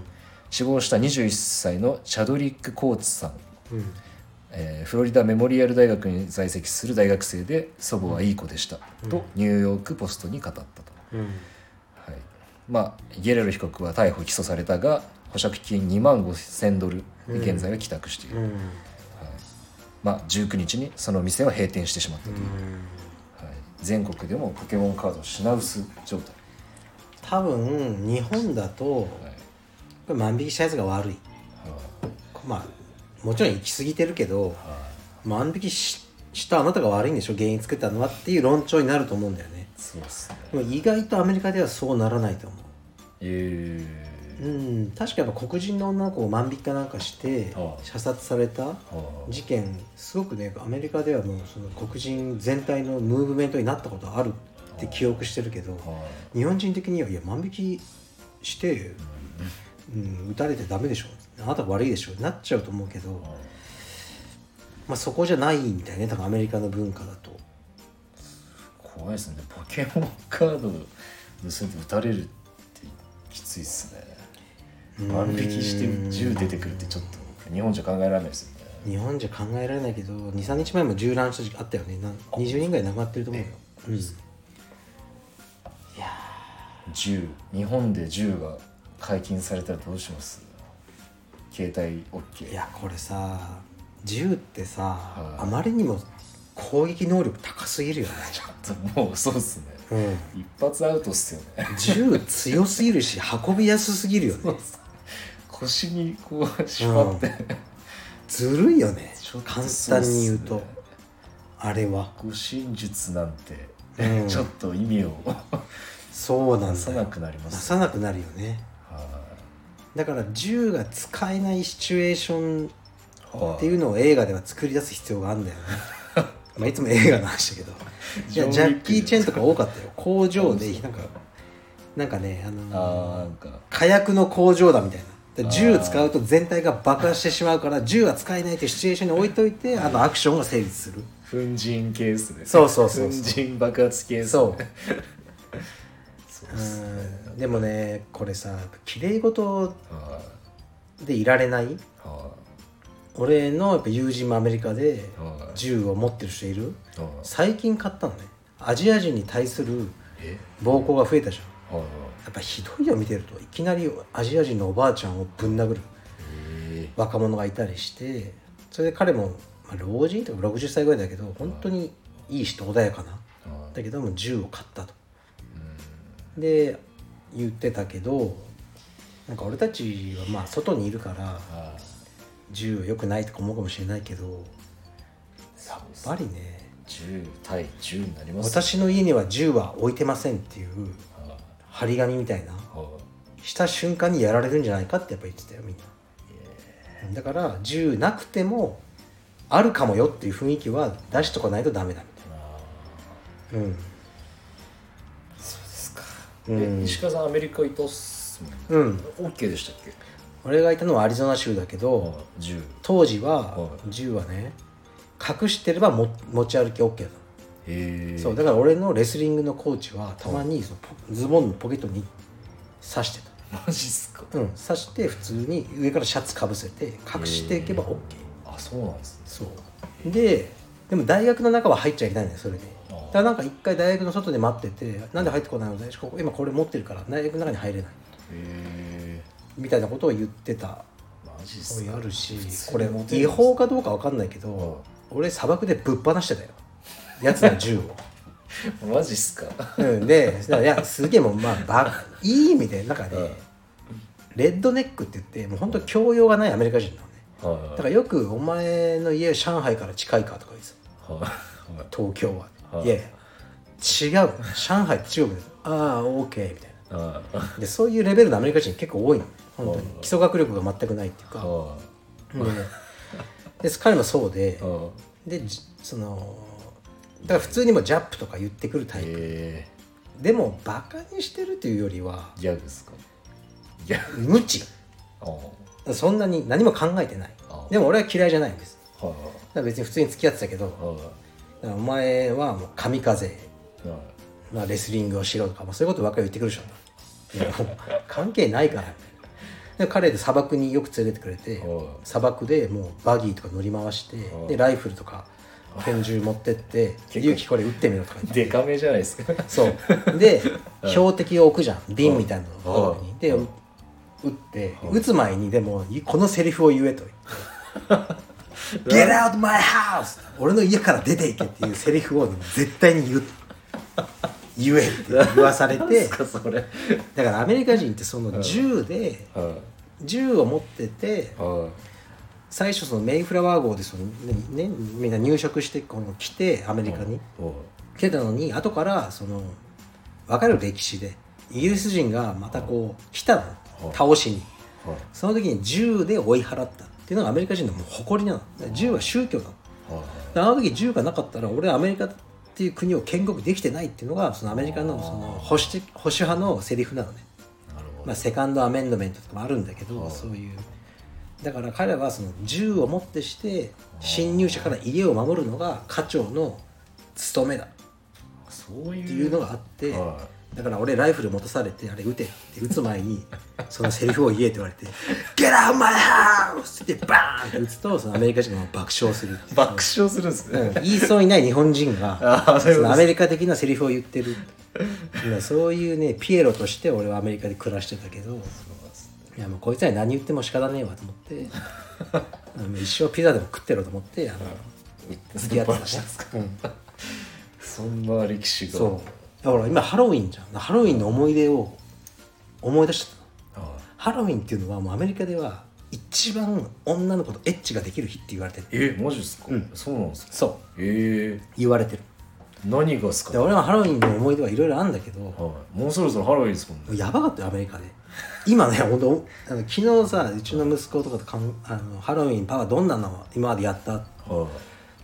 死亡した21歳のチャドリック・コーツさん、うんえーフロリダメモリアル大学に在籍する大学生で祖母はいい子でした、とニューヨーク・ポストに語ったと。うんはい、まあゲレロ被告は逮捕起訴されたが保釈金2万5000ドルで現在は帰宅している、うんまあ、19日にその店は閉店してしまったという、うんはい、全国でもポケモンカード品薄状態、多分日本だとこはいれ万引きしたやつが悪いこまあもちろん行き過ぎてるけどはい万引きししたあなたが悪いんでしょ原因作ったのはっていう論調になると思うんだよねそうですねでも意外とアメリカではそうならないと思えううん確かやっぱ黒人の女の子を万引きかなんかしてああ射殺されたーは事件すごくねアメリカではもうその黒人全体のムーブメントになったことあるって記憶してるけどあは日本人的にはいや万引きして、うん、撃たれてダメでしょあなた悪いでしょなっちゃうと思うけど、あまあ、そこじゃないみたいね多分アメリカの文化だと怖いですねポケモンカード盗んで撃たれるってきついっすね万引きして銃出てくるってちょっと日本じゃ考えられないですよね日本じゃ考えられないけど23日前も銃乱した時期あったよねなん20人ぐらい亡くなってると思うよ、うん、いや銃日本で銃が解禁されたらどうします携帯 OK ーいやこれさ銃ってさ、いあまりにも攻撃能力高すぎるよね、ちょっともうそうっすねうん、一発アウトっすよね銃強すぎるし運びやすすぎるよね腰にこう縛って、ずるいよねちょっと簡単に言うとそうっすねあれは護身術なんて、うんちょっと意味をそうなん出ださよなくなりま出すさなくなるよねだから銃が使えないシチュエーションっていううのを映画では作り出す必要があるん [laughs] だよねまあいつも映画の話だけどいや [laughs] ジャッキー・チェンとか多かったよ工場でなんかなんかねあのーあーなんか火薬の工場だみたいな銃使うと全体が爆発してしまうから銃は使えないというシチュエーションに置いといてあのアクションが成立する粉塵系ですねそうそうそうそう粉塵爆発系っすねそうそううっすんでもねこれさ綺麗事はでいられないいは俺のやっぱ友人もアメリカでいはい銃を持ってる人いるはい最近買ったのねアジア人に対するえ暴行が増えたじゃんはいはいやっぱひどいよ見てるといきなりアジア人のおばあちゃんをぶん殴るえ若者がいたりしてそれで彼も、まあ、老人とか60歳ぐらいだけど本当にいい人穏やかなーはいだけども銃を買ったとで言ってたけどなんか俺たちはまあ外にいるからあ銃良くないとか思うかもしれないけどーややっっぱりね10対10になりますね私の家には銃は置いてませんっていうはい張り紙みたいなはした瞬間にやられるんじゃないかってやっぱ言ってたよみんなだから銃なくてもあるかもよっていう雰囲気は出しとかないとダメだみいあたいなーそうですかうんえ石川さんアメリカいたっすもんねうん、うん、 OK でしたっけ俺がいたのはアリゾナ州だけど10当時ははい銃はね隠してればも持ち歩き OK だったのへえそうだから俺のレスリングのコーチはたまにそのポズボンのポケットに刺してマジっすかた、うん、刺して普通に上からシャツかぶせて隠していけば OK あそうなんですねそうででも大学の中は入っちゃいけないんだよそれであだーからなんか一回大学の外で待っててなんで入ってこないの大ここ今これ持ってるから大学の中に入れないへえみたいなことを言ってたマジっそうすいうかあるし通こにれ持てるんですね違法かどうかわかんないけど俺砂漠でぶっ放してたよやつの銃を。マジっすか [laughs] うん、で、だからいや、すげえもう、まあ、ば、いい意味で、なんかね、レッドネックって言って、もう本当教養がないアメリカ人なのね。だはからよく、お前の家、上海から近いかとか言うんですよいはい東京は。はいいやいや、違う。上海って中国です。ああ、オーケーみたいああな。で、そういうレベルのアメリカ人結構多いの。本当には。基礎学力が全くないっていうか。あうんで、彼もそうであ、あで、じその、だから普通にもうジャップとか言ってくるタイプ。えでも、バカにしてるというよりは、ギャグっすかギャグ無知。ああそんなに何も考えてないあでも俺は嫌いじゃないんですはいだから別に普通に付き合ってたけどはいだはからお前はもう神風、いはいまあ、レスリングをしろとか、まあ、そういうことばっかり言ってくるでしょいやもう関係ないからで彼で砂漠によく連れてってくれてはい砂漠でもうバギーとか乗り回してはいでライフルとか拳銃持ってって「結構勇気これ撃ってみろ」とか言ってデカめじゃないですか [laughs] そうで標的を置くじゃん瓶みたいなのをはいではい打って打つ前にでもこのセリフを言え [laughs] と「Get out my house!」俺の家から出ていけっていうセリフを [laughs] 絶対に言う言えって言わされてか [laughs] それだからアメリカ人ってその銃では銃を持ってていは最初そのメイフラワー号でその、ねね、みんな入植してこの来てアメリカに。いは来てたのに後からその分かる歴史でイギリス人がまたこう来たはのい倒しにいはいその時に銃で追い払ったっていうのがアメリカ人のもう誇りなのだから銃は宗教なのはいであの時銃がなかったら俺はアメリカっていう国を建国できてないっていうのがそのアメリカのその保守的保守派のセリフなのね、なるほまあ、セカンドアメンドメントとかもあるんだけど、はいそういうだから彼はその銃を持ってして侵入者から家を守るのが課長の務めだどそういうっていうのがあって、はだから俺ライフル持たされてあれ撃てって撃つ前にそのセリフを言えって言われて [laughs] 「Get out my house!」ってバーンって撃つとそのアメリカ人が爆笑するっていう爆笑するんですうんね言いそうにない日本人が [laughs] ああそういうそのことアでメリカ的なセリフを言ってるいやそういうねピエロとして俺はアメリカで暮らしてたけどすいやもうこいつらに何言っても仕方ねえわと思って [laughs] あの一生ピザでも食ってろと思ってあの付き合ってたねうんそんな歴史がそうだから今ハロウィンじゃんハロウィンの思い出を思い出しちゃったのはハロウィンっていうのはもうアメリカでは一番女の子とエッチができる日って言われてるいえマジっすかそうなんですかそええう言われてる何がですかで俺はハロウィンの思い出はいろいろあるんだけどもはいもうそろそろハロウィンですもんうねやばかったよアメリカで今ね本当あの昨日さうちの息子とかとかんあのハロウィンパパどんなの今までやっただかは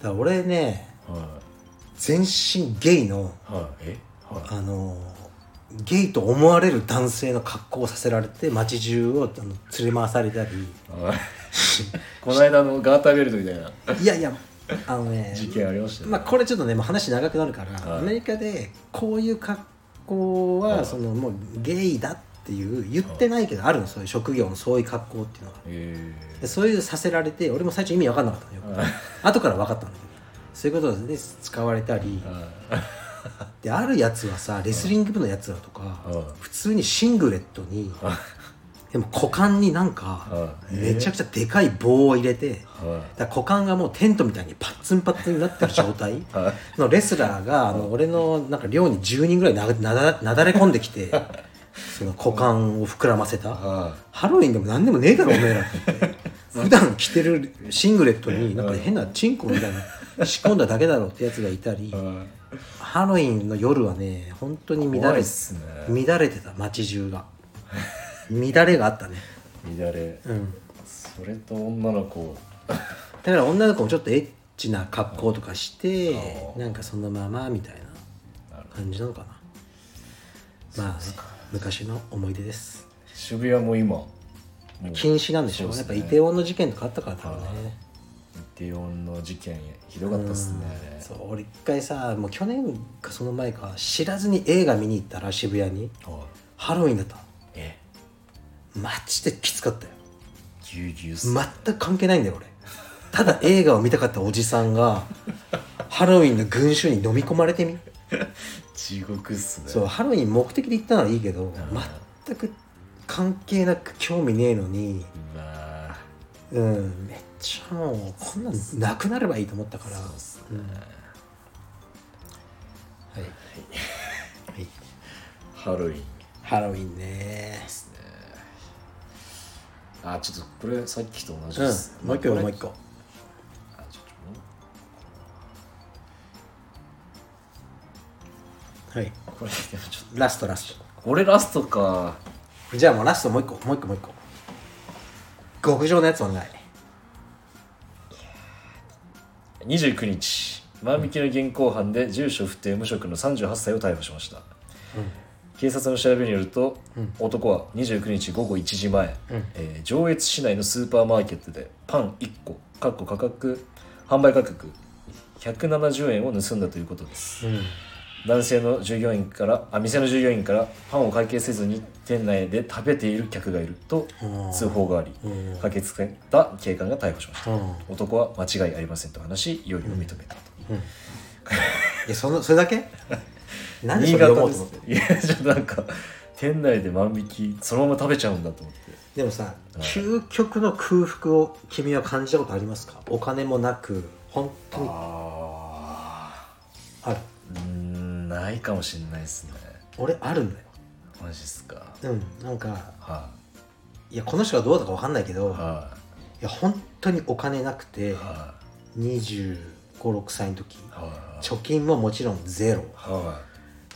ら俺ねいは全身ゲイのいはいえはいあのゲイと思われる男性の格好をさせられて街中をあの連れ回され [laughs] たりこの間のガーターベルトみたいないやいやあのね事件ありましたよねまあこれちょっとねもう話長くなるから、はいアメリカでこういう格好は、はいそのもうゲイだっていう言ってないけどあるのそういう職業のそういう格好っていうのがえでそういうさせられて俺も最初意味分かんなかったのよーはい後から分かったんだけどそういうことで使われたりであるやつはさレスリング部のやつらとかはい普通にシングレットにはでも股間になんかはいめちゃくちゃでかい棒を入れていはいだから股間がもうテントみたいにパッツンパッツンになってる状態はいのレスラーがあの俺のなんか寮に10人ぐらいななだなだれ込んできてその股間を膨らませた。はハロウィンでも何でもねえだろおめえらと思って普段着てるシングレットになんか変なチンコみたいな仕込んだだけだろってやつがいたりいはハロウィンの夜はね本当にい乱怖いれっすね乱れてた街中が乱れがあったね、乱れうん、それと女の子だから女の子もちょっとエッチな格好とかしてなんかそのままみたいな感じなのかなまあね昔の思い出です渋谷も今もう禁止なんでしょうそうやっっすぱねイテウォンの事件とかあったから多分ねイテウォンの事件ひどかったっすねそう俺一回さもう去年かその前か知らずに映画見に行ったら渋谷にはハロウィンだったいえマジできつかったよぎゅうぎゅうっすね全く関係ないんだよ俺ただ映画を見たかったおじさんがハロウィンの群衆に飲み込まれてみ地獄っすねそうハロウィン目的で行ったならいいけど全く関係なく興味ねえのにうわーうんめっちゃもうこんなんなくなればいいと思ったからそうっすねうんはい、はいハロウィンハロウィンね。あちょっとこれさっきと同じです、うん、もう一個まあもう一個。これあちょっはい。とこれでもちょっラストラスとこれラストかト。じゃあもうラストもう一個、もう一個もう一個。極上のやつお願い。 29日万引きの現行犯で住所不定無職の38歳を逮捕しました、警察の調べによると、男は29日午後1時前、えー上越市内のスーパーマーケットでパン1個かっこ価格販売価格170円を盗んだということですうん。男性の従業員からあ店の従業員からパンを会計せずに店内で食べている客がいるとうん通報がありうん駆けつけた警官が逮捕しましたうん。男は間違いありませんと話し容疑を認めたと、いや、その、それだ [laughs] け何でそれ新読潟もうでと思すって。いやちょっとなんか店内で万引きそのまま食べちゃうんだと思ってでもさ、究極の空腹を君は感じたことありますかお金もなく、本当にあある。ーうーんないかもしれないですね俺あるんだよ。マジっすかはい、うん。なんか、いや、この人がどうだかわかんないけど、いはい、や、本当にお金なくて、は25、6歳の時。い、はい、貯金ももちろんゼロは、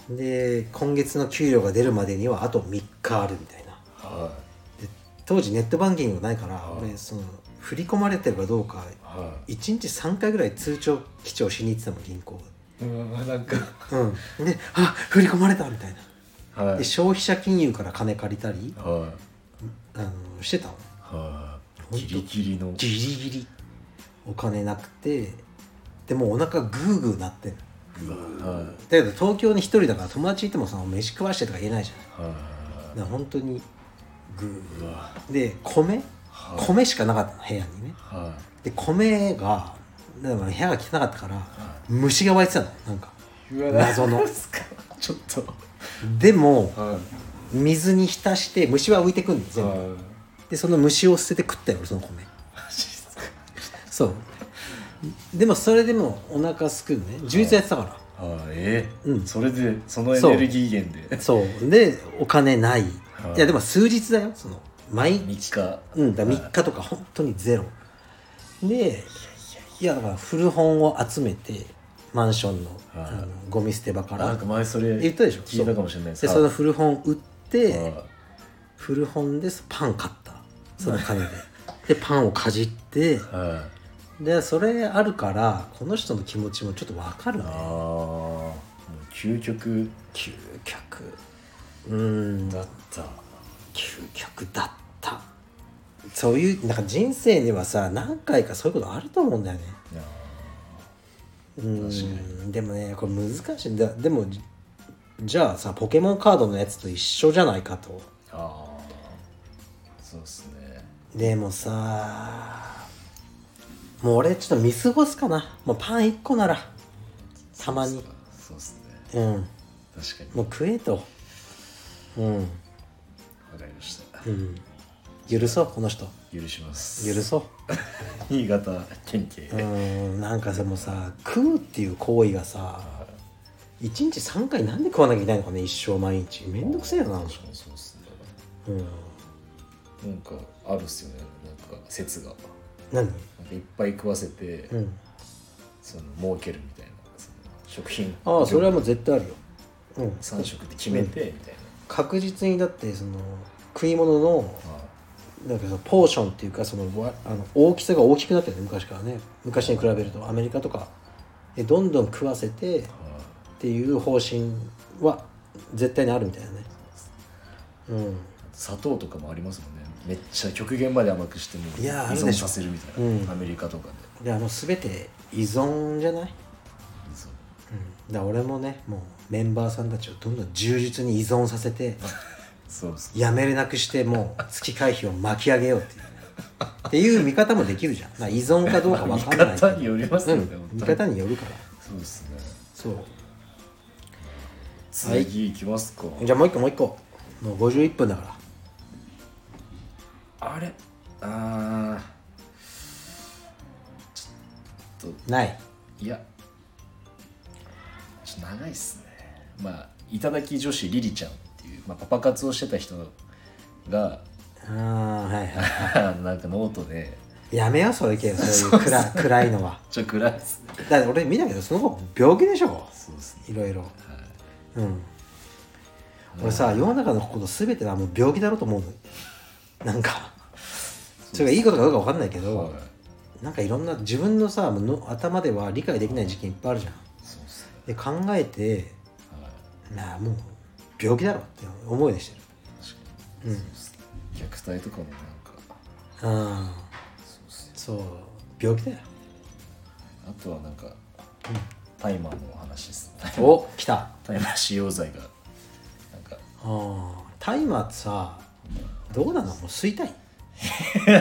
で今月の給料が出るまでにはあと3日あるみたいないは当時ネットバンキングがないからはい俺その振り込まれてるかどうかい、は1日3回ぐらい通帳記帳しに行ってたの銀行い、うんなんかうんで「あ振り込まれた」みたいなはいで消費者金融から金借りたりはあのしてたのいはい当ギリギリのギリギリお金なくてでもうお腹グーグーなってんのはいだけど東京に一人だから友達いてもさ飯食わしてとか言えないじゃないはだから本当にグいはーで米はい米しかなかったの部屋にねはで米がだから部屋が汚かったから虫が湧いてたのなんかいは謎 [laughs] のちょっとでもは水に浸して虫は浮いてくんのい全部はでその虫を捨てて食ったよ俺その米そうでもそれでもお腹すくのね充実やってたからいはいえーうんそれでそのエそうネルギー源でそうでお金ないはいいやでも数日だよその毎三日かうん、だ3日とか本当にゼロでいやだから古本を集めてマンションの,、はあいのゴミ捨て場かならんか前それ言ったでしょ聞いたかもしれないでですそのは古本売って、いは古本でパン買ったその金ででパンをかじっていはいでそれあるからこの人の気持ちもちょっとわかるああねもう究極究極うんだった究極だったそういうなんか人生ではさ何回かそういうことあると思うんだよねいやうんでもねこれ難しいんだでもじじゃあさポケモンカードのやつと一緒じゃないかとーあーそうですねでもさもう俺ちょっと見過ごすかなもうパン1個ならたまにそうですねうん確かにもう食えとうん、わかりましたうん、許そうこの人許します許そう新潟県警、うーんなんかでもさ食うっていう行為がさ1日3回なんで食わなきゃいけないのかね一生毎日めんどくせえよな確かにそうですうんねなんかあるっすよねなんか説が何なんかいっぱい食わせて、うんその儲けるみたいなその食品ああそれはもう絶対あるよ、うん、 3食って決めてみたい確実にだってその食い物のな、はいなんかそのポーションっていうかそのわあの大きさが大きくなってるね昔からね昔に比べるとアメリカとかえどんどん食わせてっていう方針は絶対にあるみたいなねうん砂糖とかもありますもんねめっちゃ極限まで甘くしてもいやー依あるで存しょさせるみたいな、うんアメリカとかでであの全て依存じゃない、そううん、だから俺もねもうメンバーさんたちをどんどん充実に依存させてそうですやめれなくしてもう月会費を巻き上げようっていうっていう見方もできるじゃん、まあ、依存かどうかまあ分見かんないけど方によりますよね、うん本、当に見方によるからそうですねそう次いきますか、じゃあもう一個もう一個もう51分だからあれあーちょっないといやちょっと長いっすねまあ頂き女子リリちゃんっていう、まあ、パパ活をしてた人がああはいは [laughs] なんかノートでいやめようそれ系そういう暗暗いのはちょっと暗いっすねだって俺見たけどその子病気でしょそうですねいろいろはいうん俺さ世の中のこと全てはもう病気だろうと思うのなんかそれがいいことかどうか分かんないけどはいなんかいろんな自分のさもうの頭では理解できない事件いっぱいあるじゃんそうっすねで考えてはいなあもう病気だろって思いでしてる確かうにんそうっすね虐待とかもなんかうんそうっすねそう病気だよあとはなんか大麻の話ですお来た [laughs] 大麻使用罪がなんか [laughs] あータイマーってさどうなのもう吸 [laughs] いたい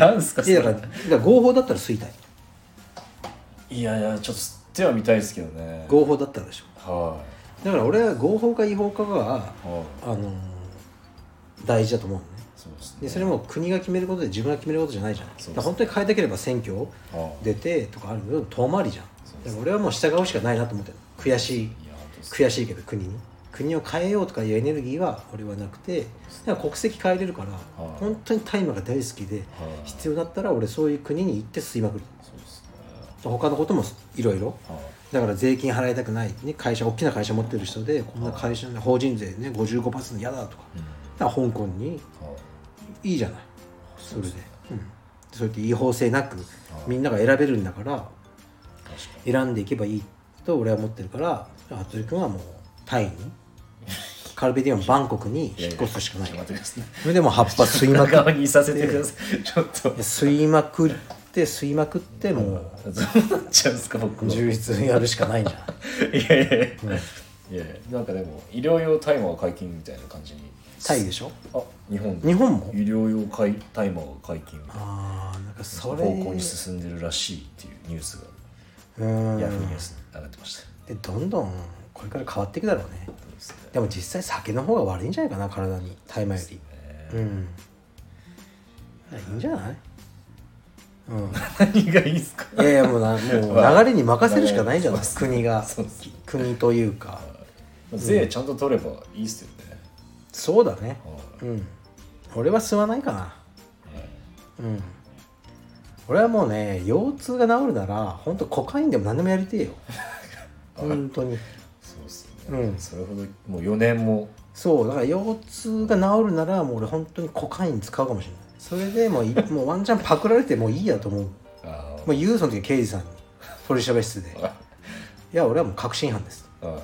なんですかいやだからだから合法だったら吸いたいいやいやちょっと吸っては見たいですけどね合法だったらでしょはだから俺は合法か違法かがいはいあのー大事だと思うのねそうですねでそれも国が決めることで自分が決めることじゃないじゃん、そうですねだから本当に変えたければ選挙はい出てとかあるけど遠回りじゃんそうだですから俺はもう従うしかないなと思ってる悔しいいや本当です悔しいけど国に国を変えようとかいうエネルギーは俺はなくてだから国籍変えれるからい本当に大麻が大好きではい必要だったら俺そういう国に行って吸いまくるそうですね他のこともいろいろはいだから税金払いたくない、ね、会社大きな会社持ってる人でこんな会社の法人税ね55%嫌だとかうんだから香港にはいいいじゃないそれで、うん、そうやって違法性なくみんなが選べるんだから確か選んでいけばいいと俺は思ってるから服部君はもうタイにカルベディオンバンコクにに引っ越すしかないちょっと待ってくださいそれでもう葉っぱ吸いま [laughs] くっ側にいさせてくださいちょっとて吸いまくって吸いまくってもどうなっちゃうんですか僕うは充実やるしかないんじゃないいやいやいや、いやいやなんかでも医療用大麻は解禁みたいな感じにタイでしょあ日本で日本も医療用大大麻が解禁みたいなああなんかそ方れ向に進んでるらしいっていうニュースうがヤフーニんュースに上がってましたでどんどんこれから変わっていくだろうねそうですねでも実際酒の方が悪いんじゃないかな体に大麻よりうんいいんじゃないうん何がいいですかいやいやもうなも [laughs] う流れに任せるしかないじゃない国がそうっすね国というか税ちゃんと取ればいいっすよね、そうだねはうん俺は吸わないかないはいうん俺はもうね腰痛が治るなら本当コカインでも何でもやりて [laughs] えよ本当にそうですね、うんそれほどもう4年もそうだから腰痛が治るならもう俺本当にコカイン使うかもしれないそれでもうい [laughs] もうワンチャンパクられてもういいやと思うもあーう言 [laughs] うその時刑事さんに取り調べ室でいや俺はもう確信犯ですあー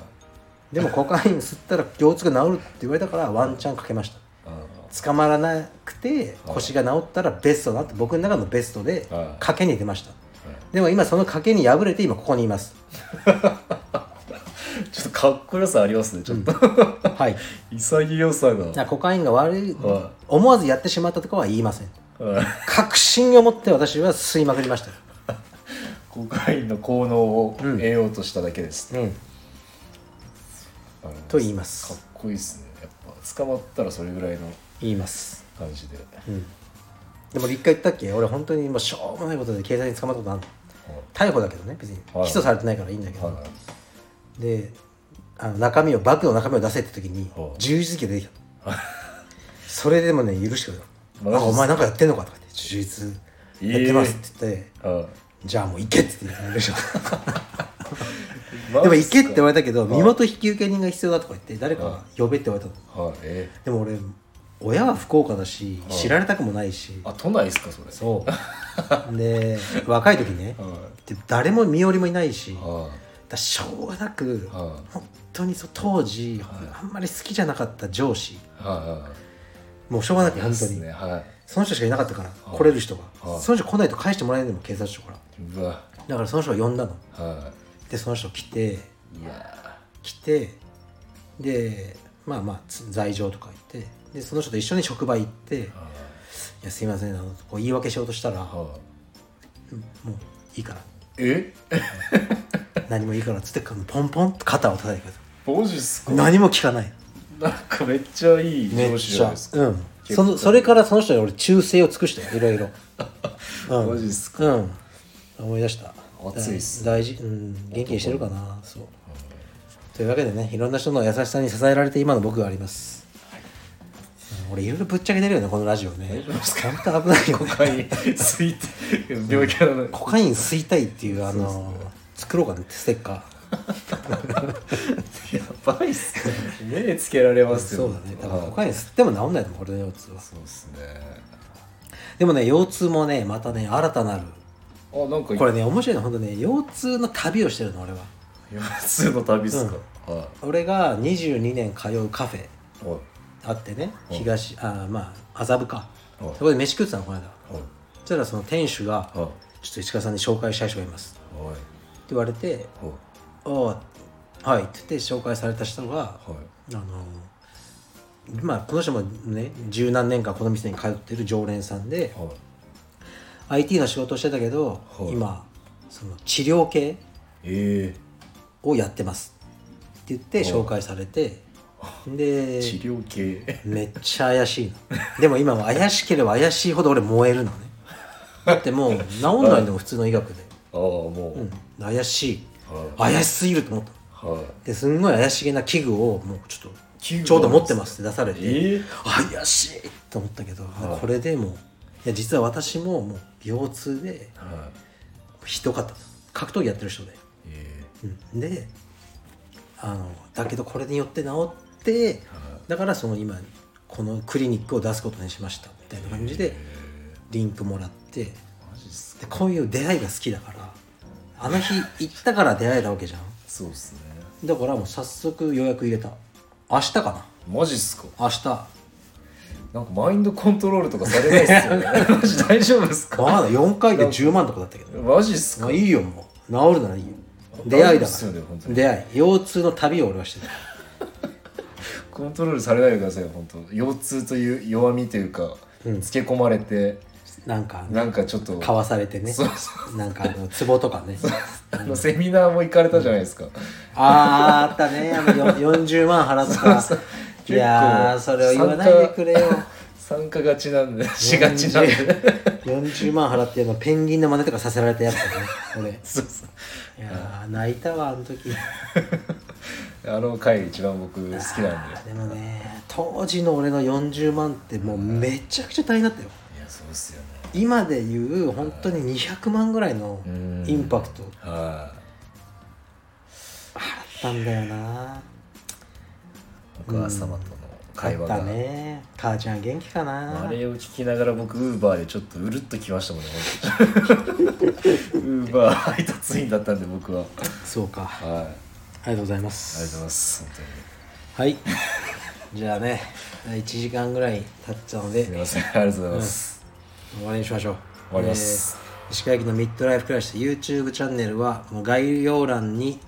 でもコカイン吸ったら腰痛が治るって言われたからワンチャンかけましたあ捕まらなくて腰が治ったらベストだなって僕の中のベストではい賭けに出ましたはいでも今その賭けに敗れて今ここにいますーちょっとかっこよさありますねちょっと、はい潔さだかがらコカインが悪いは思わずやってしまったとかは言いませんはい確信を持って私は吸いまくりましたコカインの効能をうん得ようとしただけです、うんなるほどと言いまかっすこいいですねやっぱ捕まったらそれぐらいの言います感じで、うんでも一回言ったっけ俺本当にもうしょうもないことで警察に捕まったことある逮捕だけどね別に起はい訴されてないからいいんだけど、はいであの中身をバッグの中身を出せって時にはい十字付きが出てきた [laughs] それでもね許してくれたマ「あジっすかお前なんかやってんのか」とか言って「充実やってます」って言って「はいじゃあもう行け」って [laughs] 言って許してくれたマでもジっ行すかけって言われたけどはい身元引受人が必要だとか言って誰かが呼べって言われたのはいえでも俺親は福岡だしはい知られたくもないしーあ都内ですかそれそうで若い時ねはで誰も身寄りもいないしいだはからしょうがなくいは本当にそう当時、はあいんまり好きじゃなかった上司いはもうしょうがないくはい本当ですに、ねはその人しかいなかったから、い来れる人が、はいその人来ないと返してもらえないのも警察署からいうわだからその人が呼んだのはでその人来ていいや来てでまあまあつ罪状とか言ってでその人と一緒に職場行って「いーはやすいません」あのこう言い訳しようとしたら「いはいもういいからえ何もいいから」っつってポンポンと肩を叩いてくれマジっすかた何も聞かないなんかめっちゃいいめ上っ司ちじゃゃないですか、うんそのそれからその人に俺忠誠を尽くしたよいろい [laughs] ろうんマジっすかうん思い出した熱いっすね大事うん元気にしてるかなそうというわけでねいろんな人の優しさに支えられて今の僕があります、うん俺いろいろぶっちゃけてるよねこのラジオね本当危ないよねコカインつい [laughs] て病気なのにコカイン吸いたいっていうあの作ろうかなってステッカやばいっすね目つけられまーすそようだねだからはいコカイン吸っても治んないと思う俺の腰痛はそうですねでもね腰痛もねまたね新たなるあなんかこれね面白いの本当ね腰痛の旅をしてるの俺は普通の旅っすか、は俺が22年通うカフェいはあってねうん東あーまあ麻布かうんそこで飯食ってたのこの間いはいそしたらその店主がは「いちょっと石川さんに紹介したい人がいます」ってはい言われて「ああはい」って言って紹介された人がはいあのーまあこの人もね十何年間この店に通ってる常連さんではい IT の仕事をしてたけどうん今その治療系えをやってますって言ってうん紹介されてえで治療系めっちゃ怪しいの [laughs] でも今は怪しければ怪しいほど俺燃えるのねだってもう治んないのも普通の医学で、ああもう、うん、怪しいはい怪しすぎると思ったはいですんごい怪しげな器具をもうちょっ器具とをちょうど持ってますって出されてええ怪しいと思ったけど、はいこれでもういや実は私ももう腰痛ではいひどかったです格闘技やってる人で、えうん、であのだけどこれによって治ってえはだからその今このクリニックを出すことにしましたみたいな感じでリンクもらってでいマジっすかこういう出会いが好きだからあの日行ったから出会えたわけじゃんそうっすねだからもう早速予約入れた明日かなマジっすか明日なんかマインドコントロールとかされないっすよね [laughs] マジ大丈夫っ [laughs] すかまだ4回で10万とかだったけどマジっすまかあいいよもう治るならいいよ出会いだ大丈夫っすかよね本当らに出会い腰痛の旅を俺はしてたコントロールされないでくださいよ本当腰痛という弱みというか、うんつけ込まれてなんかなんかちょっとかわされてねそうそなんかあのツボとかねあのセミナーも行かれたじゃないですか、あーあったねあのよ40万払ったらそういやー結構それを言わないでくれよ [laughs] 参加がちなんでしがちなんで40万払ってあのペンギンの真似とかさせられたやつだね俺いそうそうやー泣いたわあの時あの回一番僕好きなんででもね当時の俺の40万ってもうめちゃくちゃ大変だったよいやそうっすよね今で言う本当に200万ぐらいのうんインパクトはいあったんだよなお母様との会話あっが、たね母ちゃん元気かなあれを聞きながら僕ウーバーでちょっとうるっときましたもんね [laughs] 本当にウーバー配達員だったんで僕はそうかはありがとうございまありがとうございすます本当にはいじゃあね1時間ぐらい経っちゃうのですみませんありがとうございます、終わりにしましょう終わります、えー石川駅のミッドライフクライシス YouTube チャンネルはもう概要欄に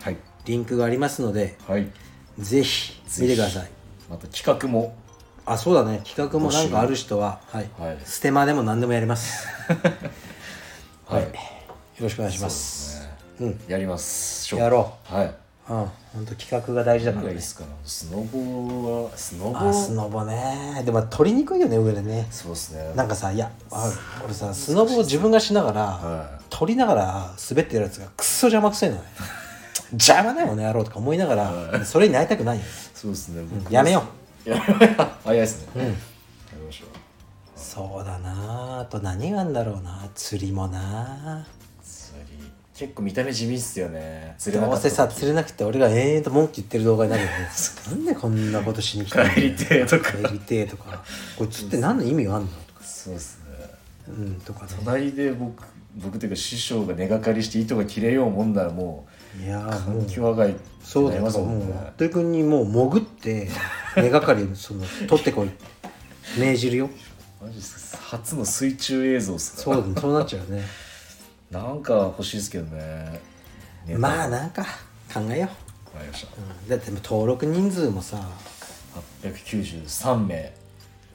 はいリンクがありますのではいぜひ見てくださいまた企画もあそうだね企画もなんかある人は、はいはいステマでも何でもやりますはい、よろしくお願いしますうん、やりますしょうやろはいうん本当企画が大事だか何らがいいねですかねスノボはスノボあスノボねでも取りにくいよね上でねそうですねなんかさいやあ俺さスノボを自分がしながら、は取りながら滑ってるやつがくっそ邪魔くせえ [laughs] のね邪魔だよねやろうとか思いながら、それになりたくないよそうですね僕やめよやめよう [laughs] 早いですね、やりましょうそうだなあと何があんだろうな釣りもな釣り結構見た目地味っすよね釣れなどかうっせたさ釣れなくて俺が延々と文句言ってる動画になるよねなんでこんなことしに来たの帰りてえとか帰りてえとかこれ釣って何の意味があんのとかそうですねうんとかね隣で僕僕というか師匠が根がかりして糸が切れようもんならもいやうーもう環境破壊そうだりよ、ますもんもうね服部君にもう潜って [laughs] 根がかりその取ってこい命じるよマジっすか初の水中映像っすそかうだねそうなっちゃうよねなんか欲しいですけどねネタまあなんか考えよわかりましたう、うん、だってもう登録人数もさ893名で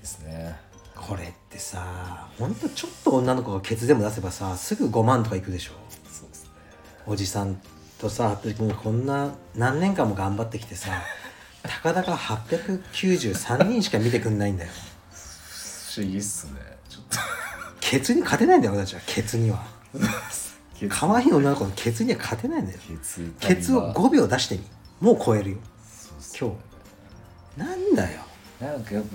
すねこれってさほんとちょっと女の子がケツでも出せばさすぐ5万とかいくでしょそうですねおじさんとさ服部君がこんな何年間も頑張ってきて [laughs] さたかだか893人しか見てくんないんだよ不思議っすねちょっとケツに勝てないんだよ俺たちはケツにはケツ可愛い女の子のケツには勝てないんだよケツ痛ケいツをわ5秒出してみもう超えるよそうっす今日なんだよなんかやっぱ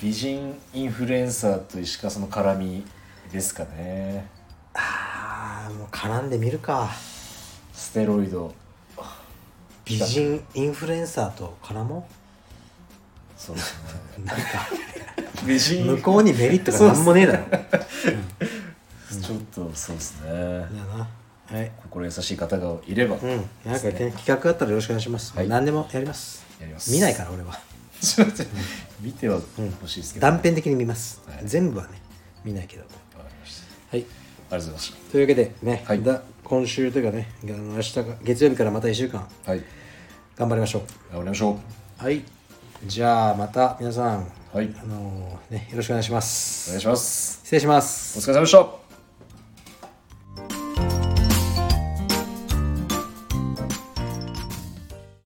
美人インフルエンサーと石川さんの絡みですかねあーもう絡んでみるかステロイド美人インフルエンサーと絡もそうですねうなんか [laughs] 美人向こうにメリットがなんもねえだろちょっとそうですねだなはい心優しい方がいれば、うんなんかね企画あったらよろしくお願いします、はい何でもやりますやります見ないから俺はちょっと見ては欲しいですけど、断片的に見ます、はい全部はね見ないけどわかりましたはいありがとうございましというわけでね、はいだ今週というかねあの明日か月曜日からまた1週間たはい頑張りましょう頑張りましょはい。じゃあまた皆さん、うはいあのーね、よろしくお願いしまお願すい。します失礼しまおす。疲れ様でした